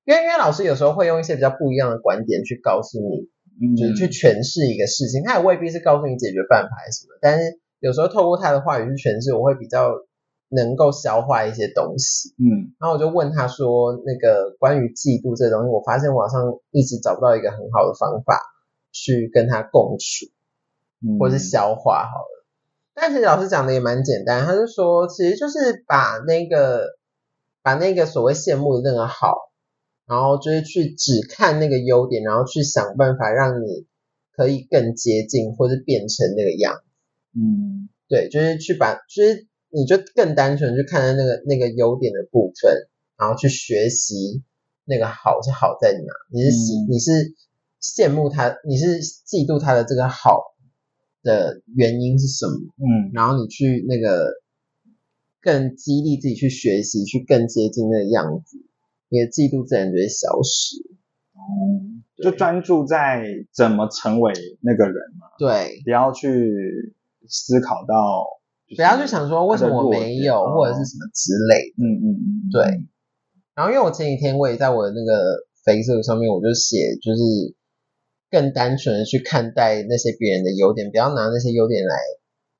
S2: 因为因为老师有时候会用一些比较不一样的观点去告诉你
S1: 嗯
S2: 就是去诠释一个事情，他也未必是告诉你解决办法还是什么，但是有时候透过他的话语去诠释，我会比较能够消化一些东西。
S1: 嗯
S2: 然后我就问他说，那个关于嫉妒这东西，我发现网上一直找不到一个很好的方法去跟他共处，
S1: 嗯，
S2: 或是消化好了。但其实老师讲的也蛮简单，他就说，其实就是把那个把那个所谓羡慕的那个好，然后就是去只看那个优点，然后去想办法让你可以更接近，或是变成那个样子。
S1: 嗯
S2: 对，就是去把，就是你就更单纯去看待那个那个优点的部分，然后去学习那个好是好在哪，你是喜、
S1: 嗯
S2: 你是羡慕他，你是嫉妒他的这个好的原因是什么，
S1: 嗯
S2: 然后你去那个更激励自己去学习，去更接近那个样子，你的嫉妒自然就会消失。
S1: 哦，
S2: 对
S1: 就专注在怎么成为那个人嘛，
S2: 对，
S1: 不要去思考到，
S2: 不要去，想说为什么我没有，
S1: 他的弱点哦
S2: 或者是什么之类
S1: 嗯
S2: 的。
S1: 嗯嗯，嗯
S2: 对，然后因为我前几天我也在我的那个 Facebook 上面，我就写就是更单纯的去看待那些别人的优点，不要拿那些优点来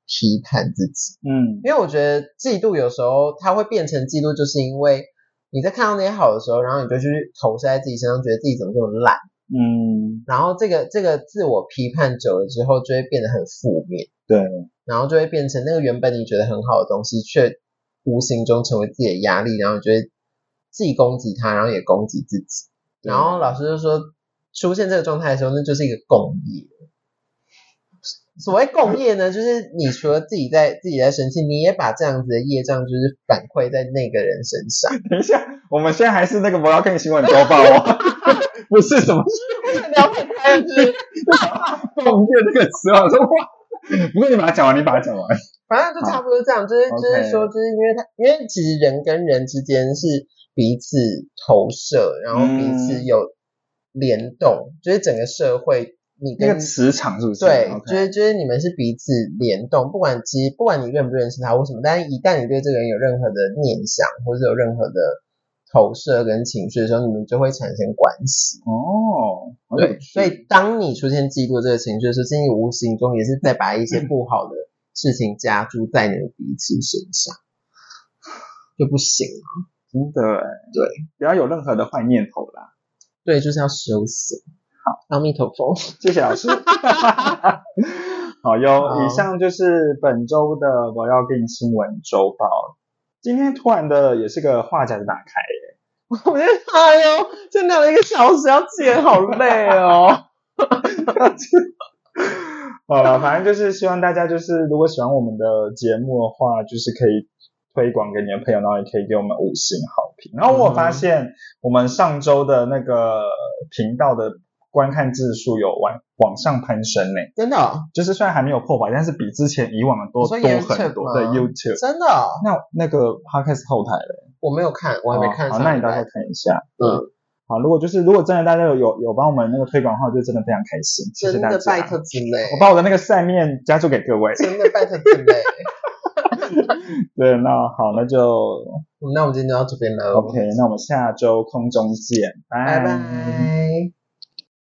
S2: 批判自己。
S1: 嗯
S2: 因为我觉得嫉妒有时候它会变成嫉妒，就是因为你在看到那些好的时候，然后你就去投射在自己身上，觉得自己怎么这么烂，
S1: 嗯，
S2: 然后这个这个自我批判久了之后，就会变得很负面，
S1: 对，
S2: 然后就会变成那个原本你觉得很好的东西，却无形中成为自己的压力，然后你就会既攻击他，然后也攻击自己。
S1: 对
S2: 然后老师就说，出现这个状态的时候，那就是一个共业。所谓共业呢，就是你除了自己在自己在生气，你也把这样子的业障就是反馈在那个人身上。
S1: 等一下，我们现在还是那个我要看新闻周报哦， 不是什么
S2: 聊太开了，就是
S1: 奉献这个词，啊我说哇，不过你把它讲完，你把它讲完，
S2: 反正就差不多这样，就是就
S1: OK
S2: 是说，就是因为他，因为其实人跟人之间是彼此投射，然后彼此
S1: 嗯
S2: 有联动，就是整个社会你
S1: 那
S2: 跟
S1: 个磁场是不是？
S2: 嗯对
S1: OK
S2: 就是就是你们是彼此联动，不管其实不管你认不认识他或什么，但是一旦你对这个人有任何的念想或者有任何的投射跟情绪的时候，你们就会产生关系。
S1: 哦，好有
S2: 对，
S1: 趣
S2: 所以当你出现嫉妒这个情绪的时候，其实你无形中也是在把一些不好的事情加注在你的彼此身上，就不行了。
S1: 真的哎，
S2: 对，
S1: 不要有任何的坏念头啦，
S2: 对，就是要修行。好，阿弥陀佛。
S1: 谢谢老师。好哟，
S2: 好
S1: 以上就是本周的我要跟新闻周报。今天突然的也是个话匣子打开耶，
S2: 我觉得，哎呦，真的了一个小时，要记得好累哦。
S1: 好了，呃反正就是希望大家就是如果喜欢我们的节目的话，就是可以推广给你的朋友，然后也可以给我们五星好评。然后我有发现我们上周的那个频道的观看字数有往往上攀升呢，
S2: 真的哦、
S1: 就是虽然还没有破百，但是比之前以往的多
S2: 你
S1: 多
S2: 说
S1: 很
S2: YouTube
S1: 多。
S2: 吗
S1: 对 YouTube，
S2: 真的哦、
S1: 那那个 Podcast 后台嘞，
S2: 我没有看，我还没看
S1: 哦好，
S2: 上礼拜。
S1: 那你大概看一下。
S2: 嗯，
S1: 好，如果就是如果真的大家有有有帮我们那个推广的话，就真的非常开心，谢谢
S2: 真
S1: 大
S2: 的
S1: 家。
S2: 拜托之类，
S1: 我把我的那个扇面加注给各位。
S2: 真的拜托之 类。
S1: 对，那好，那就
S2: 那我们今天就到这边了
S1: OK，那我们下周空中见，
S2: 拜拜。